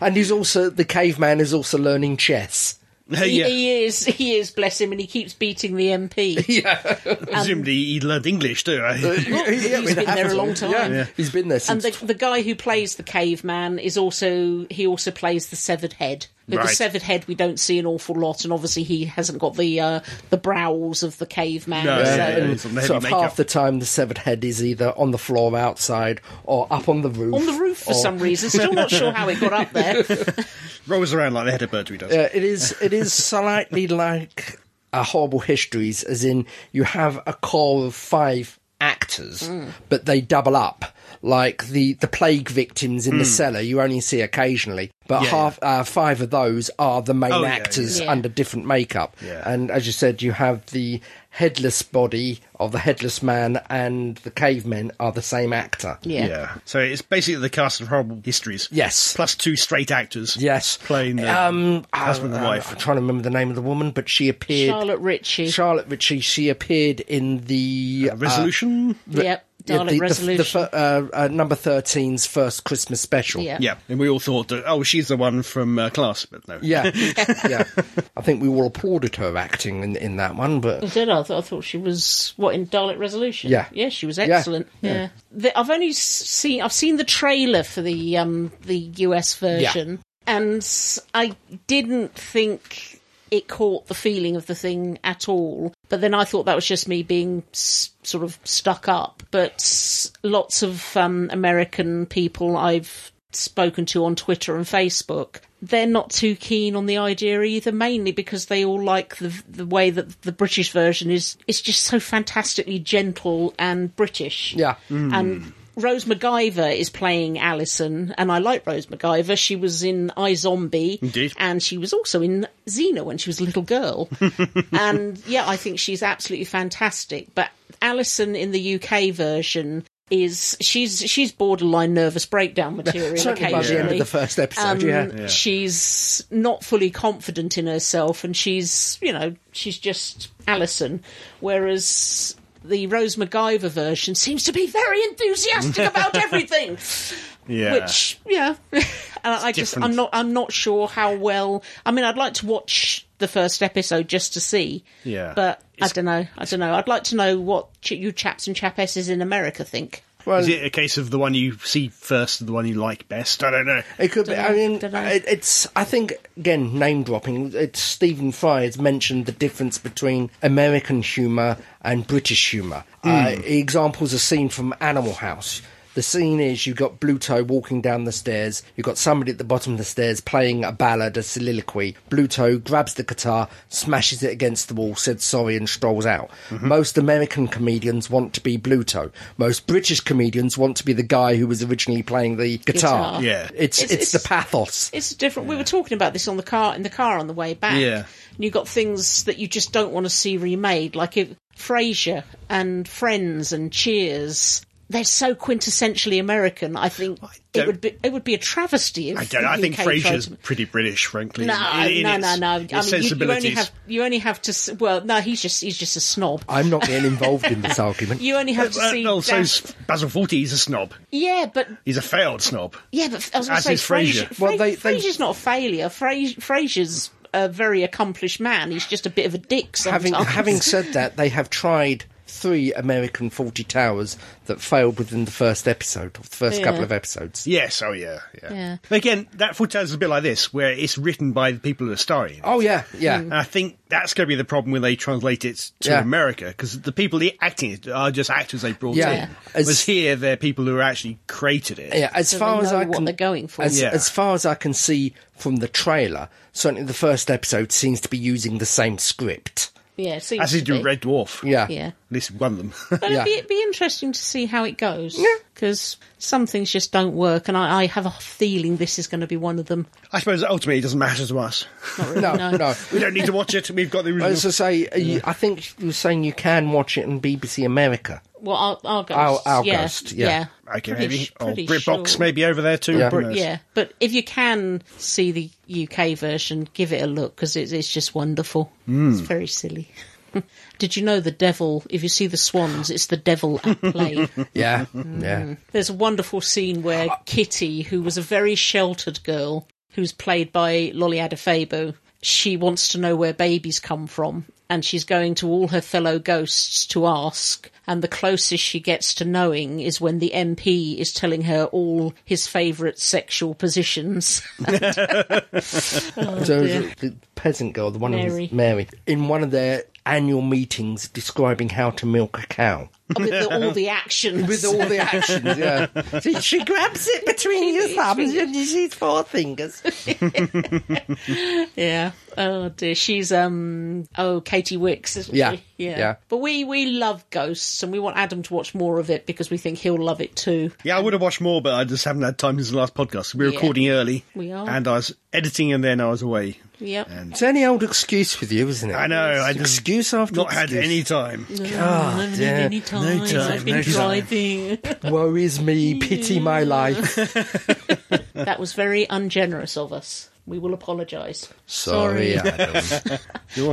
[SPEAKER 2] and he's also, the caveman is also learning
[SPEAKER 3] <laughs>
[SPEAKER 2] chess. E,
[SPEAKER 1] He,
[SPEAKER 3] yeah.
[SPEAKER 1] he is, he is, bless him, and he keeps beating the
[SPEAKER 3] <laughs>
[SPEAKER 1] MP.
[SPEAKER 2] Yeah.
[SPEAKER 3] Presumably he learned English too.
[SPEAKER 2] Uh,
[SPEAKER 3] eh?
[SPEAKER 2] <laughs> yeah,
[SPEAKER 1] he's been there a long time.
[SPEAKER 2] Yeah. He's been there
[SPEAKER 1] And
[SPEAKER 2] since.
[SPEAKER 1] the, the guy who plays the caveman is also he also plays the severed head. But The
[SPEAKER 3] Right.
[SPEAKER 1] severed head we don't see an awful lot, and obviously he hasn't got the uh, the brows of the caveman.
[SPEAKER 3] No,
[SPEAKER 1] so
[SPEAKER 3] yeah, yeah,
[SPEAKER 2] and
[SPEAKER 3] it's on the heavy
[SPEAKER 2] sort of
[SPEAKER 3] makeup.
[SPEAKER 2] half the time, the severed head is either on the floor outside or up on the roof.
[SPEAKER 1] on the roof for
[SPEAKER 2] or-
[SPEAKER 3] Oh.
[SPEAKER 1] some reason. Still not sure how it got
[SPEAKER 3] <laughs>
[SPEAKER 1] up there.
[SPEAKER 3] Rolls around like the head of Bertie does.
[SPEAKER 2] Uh, it is. It
[SPEAKER 3] <laughs>
[SPEAKER 2] is slightly like a horrible histories, as in you have a core of five actors,
[SPEAKER 1] Mm.
[SPEAKER 2] but they double up. Like the the plague victims in the cellar, you only see occasionally, but
[SPEAKER 3] Hmm. Yeah,
[SPEAKER 2] half uh, five of those are the main
[SPEAKER 3] Oh, yeah,
[SPEAKER 2] actors
[SPEAKER 1] yeah.
[SPEAKER 2] under different makeup.
[SPEAKER 3] Yeah.
[SPEAKER 2] And as you said, you have the headless body of the headless man and the cavemen are the same actor.
[SPEAKER 1] Yeah.
[SPEAKER 3] So it's basically the cast of horrible histories.
[SPEAKER 2] Yes.
[SPEAKER 3] Plus two straight actors.
[SPEAKER 2] Yes,
[SPEAKER 3] Playing the
[SPEAKER 1] Um,
[SPEAKER 3] husband and
[SPEAKER 2] uh,
[SPEAKER 3] wife.
[SPEAKER 2] I'm trying to remember the name of the woman, but she appeared.
[SPEAKER 1] Charlotte Ritchie.
[SPEAKER 2] Charlotte Ritchie. She appeared in the
[SPEAKER 1] uh,
[SPEAKER 3] A resolution.
[SPEAKER 1] yep.
[SPEAKER 2] yeah,
[SPEAKER 1] Dalek
[SPEAKER 2] the- the-
[SPEAKER 1] resolution.
[SPEAKER 2] the fir- uh, uh, number 13's first Christmas special.
[SPEAKER 1] yeah.
[SPEAKER 3] yeah. And we all thought that oh she's the one from uh, class, but no.
[SPEAKER 1] <laughs>
[SPEAKER 2] yeah, yeah. I think we all applauded her acting in, in that one, but
[SPEAKER 1] Did I? I thought, I thought she was what in Dalek Resolution.
[SPEAKER 2] Yeah.
[SPEAKER 1] yeah, she was
[SPEAKER 2] Yeah.
[SPEAKER 1] excellent. Yeah, The, I've only s- seen I've seen the trailer for the um the US version, and s- I didn't think it caught the feeling of the thing at all. But then I thought that was just me being s- sort of stuck up. But s- lots of um, American people I've spoken to on Twitter and Facebook, they're not too keen on the idea either, mainly because they all like the the way that the British version is is just so fantastically gentle and British.
[SPEAKER 2] yeah. Hmm.
[SPEAKER 1] And Rose MacGyver is playing Alison, and I like Rose MacGyver. She was in I Zombie,
[SPEAKER 3] Indeed.
[SPEAKER 1] and she was also in Xena when she was a
[SPEAKER 2] <laughs>
[SPEAKER 1] little girl. and yeah, I think she's absolutely fantastic. But Alison in the UK version is she's she's borderline nervous
[SPEAKER 2] <laughs>
[SPEAKER 1] breakdown material.
[SPEAKER 2] Certainly by the end of
[SPEAKER 1] occasionally.
[SPEAKER 2] the first episode,
[SPEAKER 1] Um,
[SPEAKER 2] yeah.
[SPEAKER 1] She's not fully confident in herself, and she's, you know, she's just Alison. Whereas the Rose MacGyver version seems to be very
[SPEAKER 3] <laughs>
[SPEAKER 1] enthusiastic about everything.
[SPEAKER 3] Yeah.
[SPEAKER 1] Which, yeah, <laughs> and I just,
[SPEAKER 3] different.
[SPEAKER 1] I'm not, I'm not sure how well. I mean, I'd like to watch the first episode just to see.
[SPEAKER 3] Yeah.
[SPEAKER 1] but I don't know. I don't know. I'd like to know what ch- you chaps and chapesses in America think.
[SPEAKER 2] Well,
[SPEAKER 3] Is it a case of the one you see first and the one you like best? I don't know.
[SPEAKER 2] It could be. I
[SPEAKER 1] Dunno,
[SPEAKER 2] mean,
[SPEAKER 1] dunno.
[SPEAKER 2] it, it's. I think again, name dropping. It's Stephen Fry has mentioned the difference between American humour and British humour.
[SPEAKER 1] Hmm.
[SPEAKER 2] Uh, examples are seen from Animal House. The scene is you've got Bluto walking down the stairs. You've got somebody at the bottom of the stairs playing a ballad, a soliloquy. Bluto grabs the guitar, smashes it against the wall, says sorry, and strolls out.
[SPEAKER 1] Mm-hmm.
[SPEAKER 2] Most American comedians want to be Bluto. Most British comedians want to be the guy who was originally playing the guitar.
[SPEAKER 1] Guitar.
[SPEAKER 3] Yeah.
[SPEAKER 2] It's, it's
[SPEAKER 1] It's-
[SPEAKER 2] the
[SPEAKER 1] it's-
[SPEAKER 2] pathos.
[SPEAKER 1] It's different. We were talking about this on the car in the car on the way back.
[SPEAKER 3] Yeah.
[SPEAKER 1] And you got things that you just don't want to see remade, like if Frasier and Friends and Cheers. They're so quintessentially American. I think it
[SPEAKER 3] don't-
[SPEAKER 1] would be it would be a travesty if
[SPEAKER 3] I don't know. I
[SPEAKER 1] the
[SPEAKER 3] think
[SPEAKER 1] UK
[SPEAKER 3] Frasier's
[SPEAKER 1] tried to-
[SPEAKER 3] pretty British, frankly.
[SPEAKER 1] No,
[SPEAKER 3] in- in
[SPEAKER 1] no, no,
[SPEAKER 3] its-
[SPEAKER 1] no. I mean,
[SPEAKER 3] its
[SPEAKER 1] you- you, only
[SPEAKER 3] sensibilities.
[SPEAKER 1] have you only have to. s- Well, no, he's just he's just a snob.
[SPEAKER 2] I'm not getting involved in this argument.
[SPEAKER 1] <laughs> You only have to
[SPEAKER 3] Uh,
[SPEAKER 1] see.
[SPEAKER 3] well, so
[SPEAKER 1] Dan-
[SPEAKER 3] is Basil Fawlty is a snob.
[SPEAKER 1] yeah, but
[SPEAKER 3] He's a failed snob.
[SPEAKER 1] Yeah, but I was going
[SPEAKER 3] As
[SPEAKER 1] to say
[SPEAKER 3] is Frasier.
[SPEAKER 1] Frasier.
[SPEAKER 2] Well,
[SPEAKER 1] Fra-
[SPEAKER 2] they- they-
[SPEAKER 1] Frasier's not a failure. Fra- Frasier's a very accomplished man. He's just a bit of a dick sometimes.
[SPEAKER 2] having having said that, they have tried three American Forty Towers that failed within the first episode, or the first
[SPEAKER 1] Yeah.
[SPEAKER 2] couple of episodes.
[SPEAKER 3] Yes, oh yeah, yeah.
[SPEAKER 1] Yeah.
[SPEAKER 3] But again, that Fortale is a bit like this, where it's written by the people who are starring.
[SPEAKER 2] Oh yeah, yeah.
[SPEAKER 1] Hmm.
[SPEAKER 3] And I think that's going to be the problem when they translate it to
[SPEAKER 2] Yeah.
[SPEAKER 3] America, because the people i- acting it are just actors they brought
[SPEAKER 2] Yeah.
[SPEAKER 3] in.
[SPEAKER 2] As-
[SPEAKER 3] Whereas here, they're people who actually created it.
[SPEAKER 2] Yeah, as
[SPEAKER 1] So they
[SPEAKER 2] far as
[SPEAKER 1] know
[SPEAKER 2] I
[SPEAKER 1] what
[SPEAKER 2] can,
[SPEAKER 1] they're going for.
[SPEAKER 2] As,
[SPEAKER 3] Yeah.
[SPEAKER 2] as far as I can see from the trailer, certainly the first episode seems to be using the same
[SPEAKER 1] <laughs>
[SPEAKER 2] script.
[SPEAKER 1] <laughs> yeah, it seems
[SPEAKER 3] As
[SPEAKER 1] to
[SPEAKER 3] they do
[SPEAKER 1] be.
[SPEAKER 3] Red Dwarf.
[SPEAKER 2] Yeah,
[SPEAKER 1] Yeah.
[SPEAKER 3] At least one of them. <laughs>
[SPEAKER 1] But
[SPEAKER 2] Yeah.
[SPEAKER 1] it'd, be, it'd be interesting to see how it goes. Because some things just don't work, and I, I have a feeling this is going to be one of them.
[SPEAKER 3] I suppose ultimately it doesn't matter to us.
[SPEAKER 1] Not really,
[SPEAKER 2] No,
[SPEAKER 1] no.
[SPEAKER 2] no.
[SPEAKER 3] we don't need to watch it. We've got the original.
[SPEAKER 2] As I say, uh, you- I think you were saying you can watch it on BBC America.
[SPEAKER 1] Well, our, our ghost.
[SPEAKER 2] Our- our
[SPEAKER 1] yeah,
[SPEAKER 2] ghost, yeah.
[SPEAKER 3] okay,
[SPEAKER 1] Pretty
[SPEAKER 3] maybe.
[SPEAKER 1] sh-
[SPEAKER 3] Or
[SPEAKER 1] pretty
[SPEAKER 3] Britbox
[SPEAKER 1] sure.
[SPEAKER 3] maybe over there too.
[SPEAKER 2] Yeah.
[SPEAKER 3] who knows?
[SPEAKER 1] Yeah, but if you can see the UK version, give it a look because it's, it's just wonderful. It's very silly. <laughs> Did you know the devil? If you see the swans, it's the devil at play.
[SPEAKER 2] Yeah,
[SPEAKER 1] Mm-hmm.
[SPEAKER 2] yeah.
[SPEAKER 1] There's a wonderful scene where
[SPEAKER 2] Uh,
[SPEAKER 1] Kitty, who was a very sheltered girl, who's played by Lolly Adefabo, she wants to know where babies come from, and she's going to all her fellow ghosts to ask. And the closest she gets to knowing is when the MP is telling her all his favourite
[SPEAKER 2] <laughs>
[SPEAKER 1] sexual positions.
[SPEAKER 2] so
[SPEAKER 1] dear.
[SPEAKER 2] the- the peasant girl, the one who
[SPEAKER 1] Mary.
[SPEAKER 2] was Mary, in one of their annual meetings describing how to milk a cow.
[SPEAKER 1] with the, all the actions.
[SPEAKER 2] With all the actions, yeah. <laughs> She, she grabs it between your thumbs and she's four <laughs> fingers.
[SPEAKER 1] <laughs> Yeah. Oh dear. She's um. Oh, Katie Wicks. Isn't
[SPEAKER 2] Yeah.
[SPEAKER 1] She? Yeah.
[SPEAKER 2] Yeah.
[SPEAKER 1] But we we love ghosts, and we want Adam to watch more of it because we think he'll love it too.
[SPEAKER 3] Yeah, I would have watched more, but I just haven't had time since the last podcast. We were
[SPEAKER 1] Yeah.
[SPEAKER 3] recording early.
[SPEAKER 1] We are.
[SPEAKER 3] And I was editing and then I was away.
[SPEAKER 1] Yep.
[SPEAKER 2] It's any old excuse with you, isn't it?
[SPEAKER 3] I know, I just
[SPEAKER 2] excuse after
[SPEAKER 3] not had
[SPEAKER 2] excuse.
[SPEAKER 3] any time.
[SPEAKER 1] I haven't had
[SPEAKER 2] dear.
[SPEAKER 1] any time.
[SPEAKER 3] time,
[SPEAKER 1] I've been
[SPEAKER 3] no time. <laughs>
[SPEAKER 1] driving.
[SPEAKER 2] Woe is me, pity my <laughs> life.
[SPEAKER 1] that was very ungenerous of us. We will apologise.
[SPEAKER 2] Sorry, <laughs> Adam.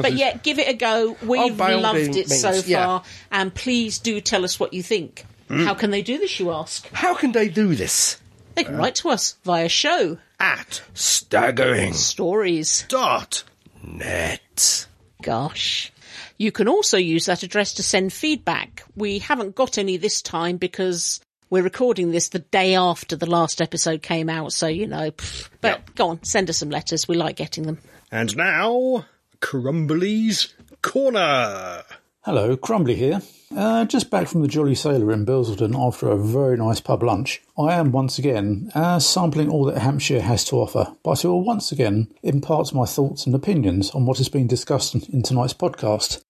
[SPEAKER 1] But yeah, give it a go. We've
[SPEAKER 2] Oh, by all
[SPEAKER 1] loved it
[SPEAKER 2] means,
[SPEAKER 1] so
[SPEAKER 2] yeah. Mm.
[SPEAKER 1] far, and please do tell us what you think. How can they do this? You ask.
[SPEAKER 2] How can they do this?
[SPEAKER 1] They can write to us via show
[SPEAKER 3] At
[SPEAKER 2] Staggering
[SPEAKER 1] stories.
[SPEAKER 3] dot.
[SPEAKER 2] net.
[SPEAKER 1] Gosh. You can also use that address to send feedback. We haven't got any this time because we're recording this the day after the last episode came out, so you know. pff. But go on, send us some letters. We like getting them.
[SPEAKER 3] And now, Crumbly's Corner.
[SPEAKER 5] Hello, Crumbly here. Uh, just back from the Jolly Sailor in Bilsildon after a very nice pub lunch. I am once again uh, sampling all that Hampshire has to offer, but I will once again impart my thoughts and opinions on what has been discussed in tonight's podcast.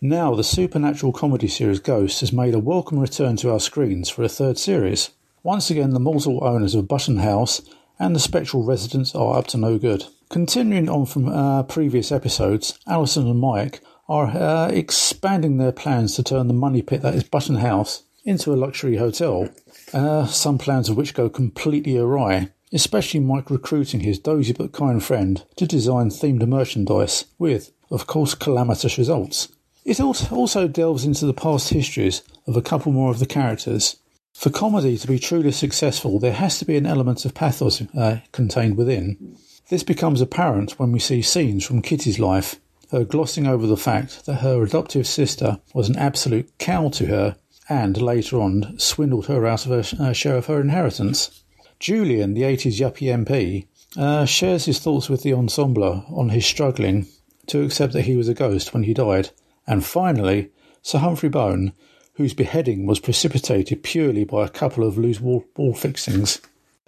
[SPEAKER 5] Now, the supernatural comedy series Ghosts has made a welcome return to our screens for a third series. Once again, the mortal owners of Button House and the spectral residents are up to no good. Continuing on from uh, previous episodes, Alison and Mike are uh, expanding their plans to turn the money pit that is Button House into a luxury hotel, uh, some plans of which go completely awry, especially Mike recruiting his dozy but kind friend to design themed merchandise with, of course, calamitous results. It al- also delves into the past histories of a couple more of the characters. For comedy to be truly successful, there has to be an element of pathos uh, contained within. This becomes apparent when we see scenes from Kitty's life, her glossing over the fact that her adoptive sister was an absolute cow to her and later on swindled her out of her sh- uh, share of her inheritance. Julian, the 80s yuppie MP, uh, shares his thoughts with the ensemble on his struggling to accept that he was a ghost when he died. And finally, Sir Humphrey Bone, whose beheading was precipitated purely by a couple of loose wall, wall fixings.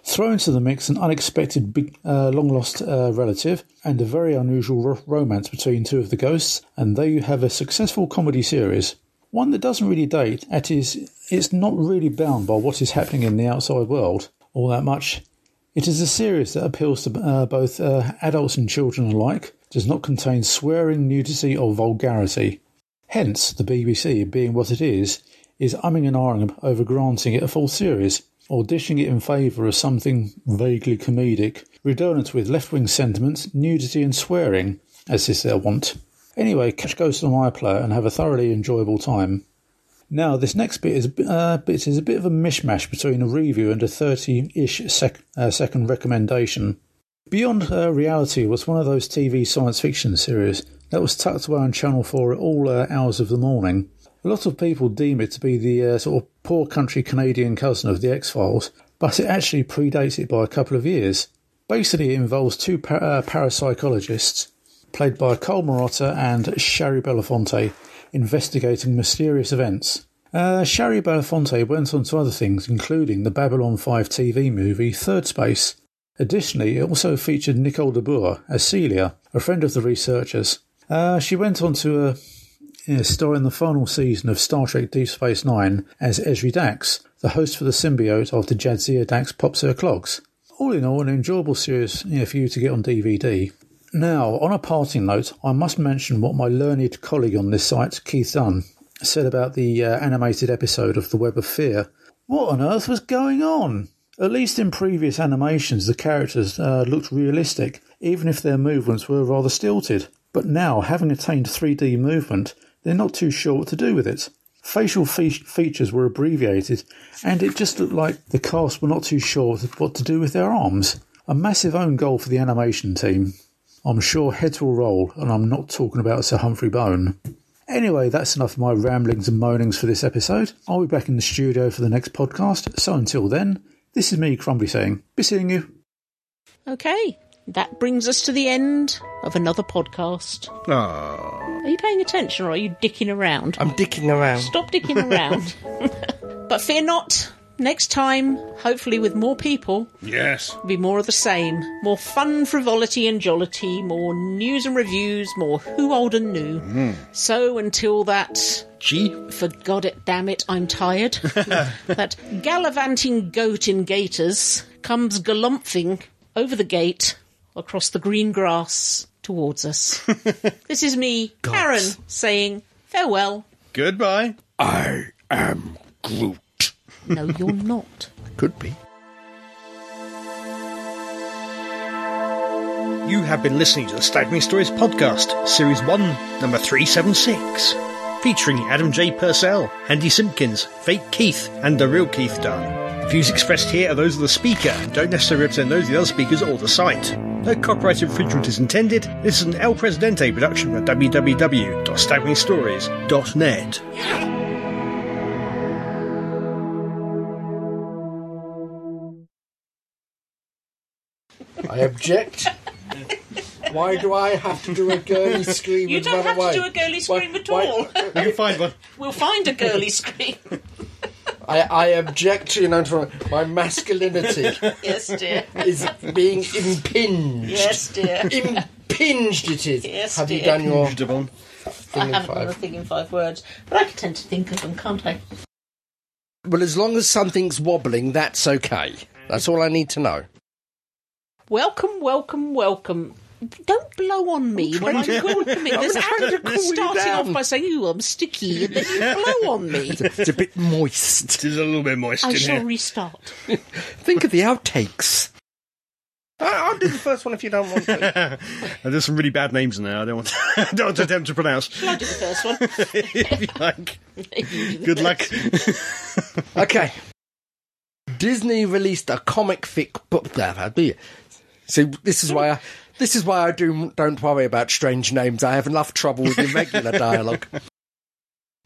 [SPEAKER 5] Throw into the mix an unexpected big, uh, long lost uh, relative and a very unusual ro- romance between two of the ghosts, and there you have a successful comedy series. One that doesn't really date, at is it's not really bound by what is happening in the outside world all that much. It is a series that appeals to uh, both uh, adults and children alike, does not contain swearing, nudity, or vulgarity. Hence, the BBC, being what it is, is umming and ahhing over granting it a full series, or dishing it in favour of something vaguely comedic, redundant with left wing sentiments, nudity, and swearing, as is their wont. Anyway, catch Ghost on iPlayer and have a thoroughly enjoyable time. Now, this next bit is, a bi- uh, bit is a bit of a mishmash between a review and a 30 ish sec- uh, second recommendation. Beyond uh, Reality was one of those TV science fiction series that was tucked away on Channel 4 at all uh, hours of the morning. A lot of people deem it to be the uh, sort of poor country Canadian cousin of The X Files, but it actually predates it by a couple of years. Basically, it involves two pa- uh, parapsychologists, played by Cole Marotta and Sherry Belafonte, investigating mysterious events. Uh, Sherry Belafonte went on to other things, including the Babylon 5 TV movie Third Space, Additionally, it also featured Nicole de Boer as Celia, a friend of the researchers. Uh, she went on to uh, uh, star in the final season of Star Trek Deep Space Nine as Esri Dax, the host for the symbiote after Jadzia Dax pops her clogs. All in all, an enjoyable series you know, for you to get on DVD. Now, on a parting note, I must mention what my learned colleague on this site, Keith Dunn, said about the uh, animated episode of The Web of Fear. What on earth was going on? At least in previous animations, the characters uh, looked realistic, even if their movements were rather stilted. But now, having attained 3D movement, they're not too sure what to do with it. Facial fe- features were abbreviated, and it just looked like the cast were not too sure what to do with their arms. A massive own goal for the animation team. I'm sure heads will roll, and I'm not talking about Sir Humphrey Bone. Anyway, that's enough of my ramblings and moanings for this episode. I'll be back in the studio for the next podcast, so until then, this is me, Crumbly, saying, be seeing you.
[SPEAKER 1] Okay, that brings us to the end of another podcast.
[SPEAKER 3] Ah,
[SPEAKER 1] Are you paying attention or are you dicking around?
[SPEAKER 2] I'm dicking around.
[SPEAKER 1] Stop dicking around. <laughs> but fear not. Next time, hopefully with more people,
[SPEAKER 3] yes.
[SPEAKER 1] it'll be more of the same. More fun, frivolity, and jollity. More news and reviews. More who old and new. So until that,
[SPEAKER 3] Gee,
[SPEAKER 1] for God it, damn it, I'm <laughs> tired. that gallivanting goat in gaiters comes galumphing over the gate across the green grass towards <laughs> us. this is me, Karen, saying farewell.
[SPEAKER 3] goodbye.
[SPEAKER 2] I am Groot.
[SPEAKER 1] No, you're not.
[SPEAKER 2] Could be.
[SPEAKER 3] You have been listening to the Staggering Stories podcast, series 1, number 376, featuring Adam J. Purcell, Andy Simpkins, Fake Keith, and the real Keith Dunn. The views expressed here are those of the speaker and don't necessarily represent those of the other speakers or the site. No copyright infringement is intended. This is an El Presidente production at www.staggeringstories.net.
[SPEAKER 2] I object. Why do I have to do a girly scream?
[SPEAKER 1] You
[SPEAKER 2] and
[SPEAKER 1] don't
[SPEAKER 2] run
[SPEAKER 1] have to
[SPEAKER 2] away?
[SPEAKER 1] do a girly scream at all.
[SPEAKER 3] You can find one.
[SPEAKER 1] <laughs> We'll find a girly scream.
[SPEAKER 2] I, I object to you know to my masculinity
[SPEAKER 1] <laughs> Yes, dear.
[SPEAKER 2] is being impinged.
[SPEAKER 1] Yes, dear.
[SPEAKER 2] Impinged it is.
[SPEAKER 1] Yes,
[SPEAKER 2] have you
[SPEAKER 1] dear.
[SPEAKER 2] done your
[SPEAKER 1] I
[SPEAKER 2] thing in
[SPEAKER 1] haven't done a
[SPEAKER 2] five?
[SPEAKER 1] thing in five words, but I can tend to think of them, can't I?
[SPEAKER 2] Well, as long as something's wobbling, that's okay. That's all I need to know.
[SPEAKER 1] Welcome, welcome, welcome. Don't blow on me when <laughs> I'm welcoming. There's
[SPEAKER 2] to cool
[SPEAKER 1] Aaron
[SPEAKER 2] you
[SPEAKER 1] starting
[SPEAKER 2] down.
[SPEAKER 1] off by saying, "Ooh, I'm sticky," and then you blow on <laughs> me.
[SPEAKER 2] It's a bit moist.
[SPEAKER 3] It is a little bit moist
[SPEAKER 1] I
[SPEAKER 3] in
[SPEAKER 1] shall
[SPEAKER 3] here.
[SPEAKER 1] restart.
[SPEAKER 2] Think of the outtakes. I- I'll do the first one if you don't want to.
[SPEAKER 3] And there's some really bad names in there. I don't want <laughs> I don't want to attempt to pronounce. <laughs>
[SPEAKER 1] I'll do the first one.
[SPEAKER 3] if you like.
[SPEAKER 1] <laughs> You do the
[SPEAKER 3] Good
[SPEAKER 1] first.
[SPEAKER 3] luck.
[SPEAKER 2] Okay. Disney released a comic fic book. Blah, blah, blah. See, this is why I, this is why I do don't worry about strange names. I have enough trouble with the regular <laughs> dialogue.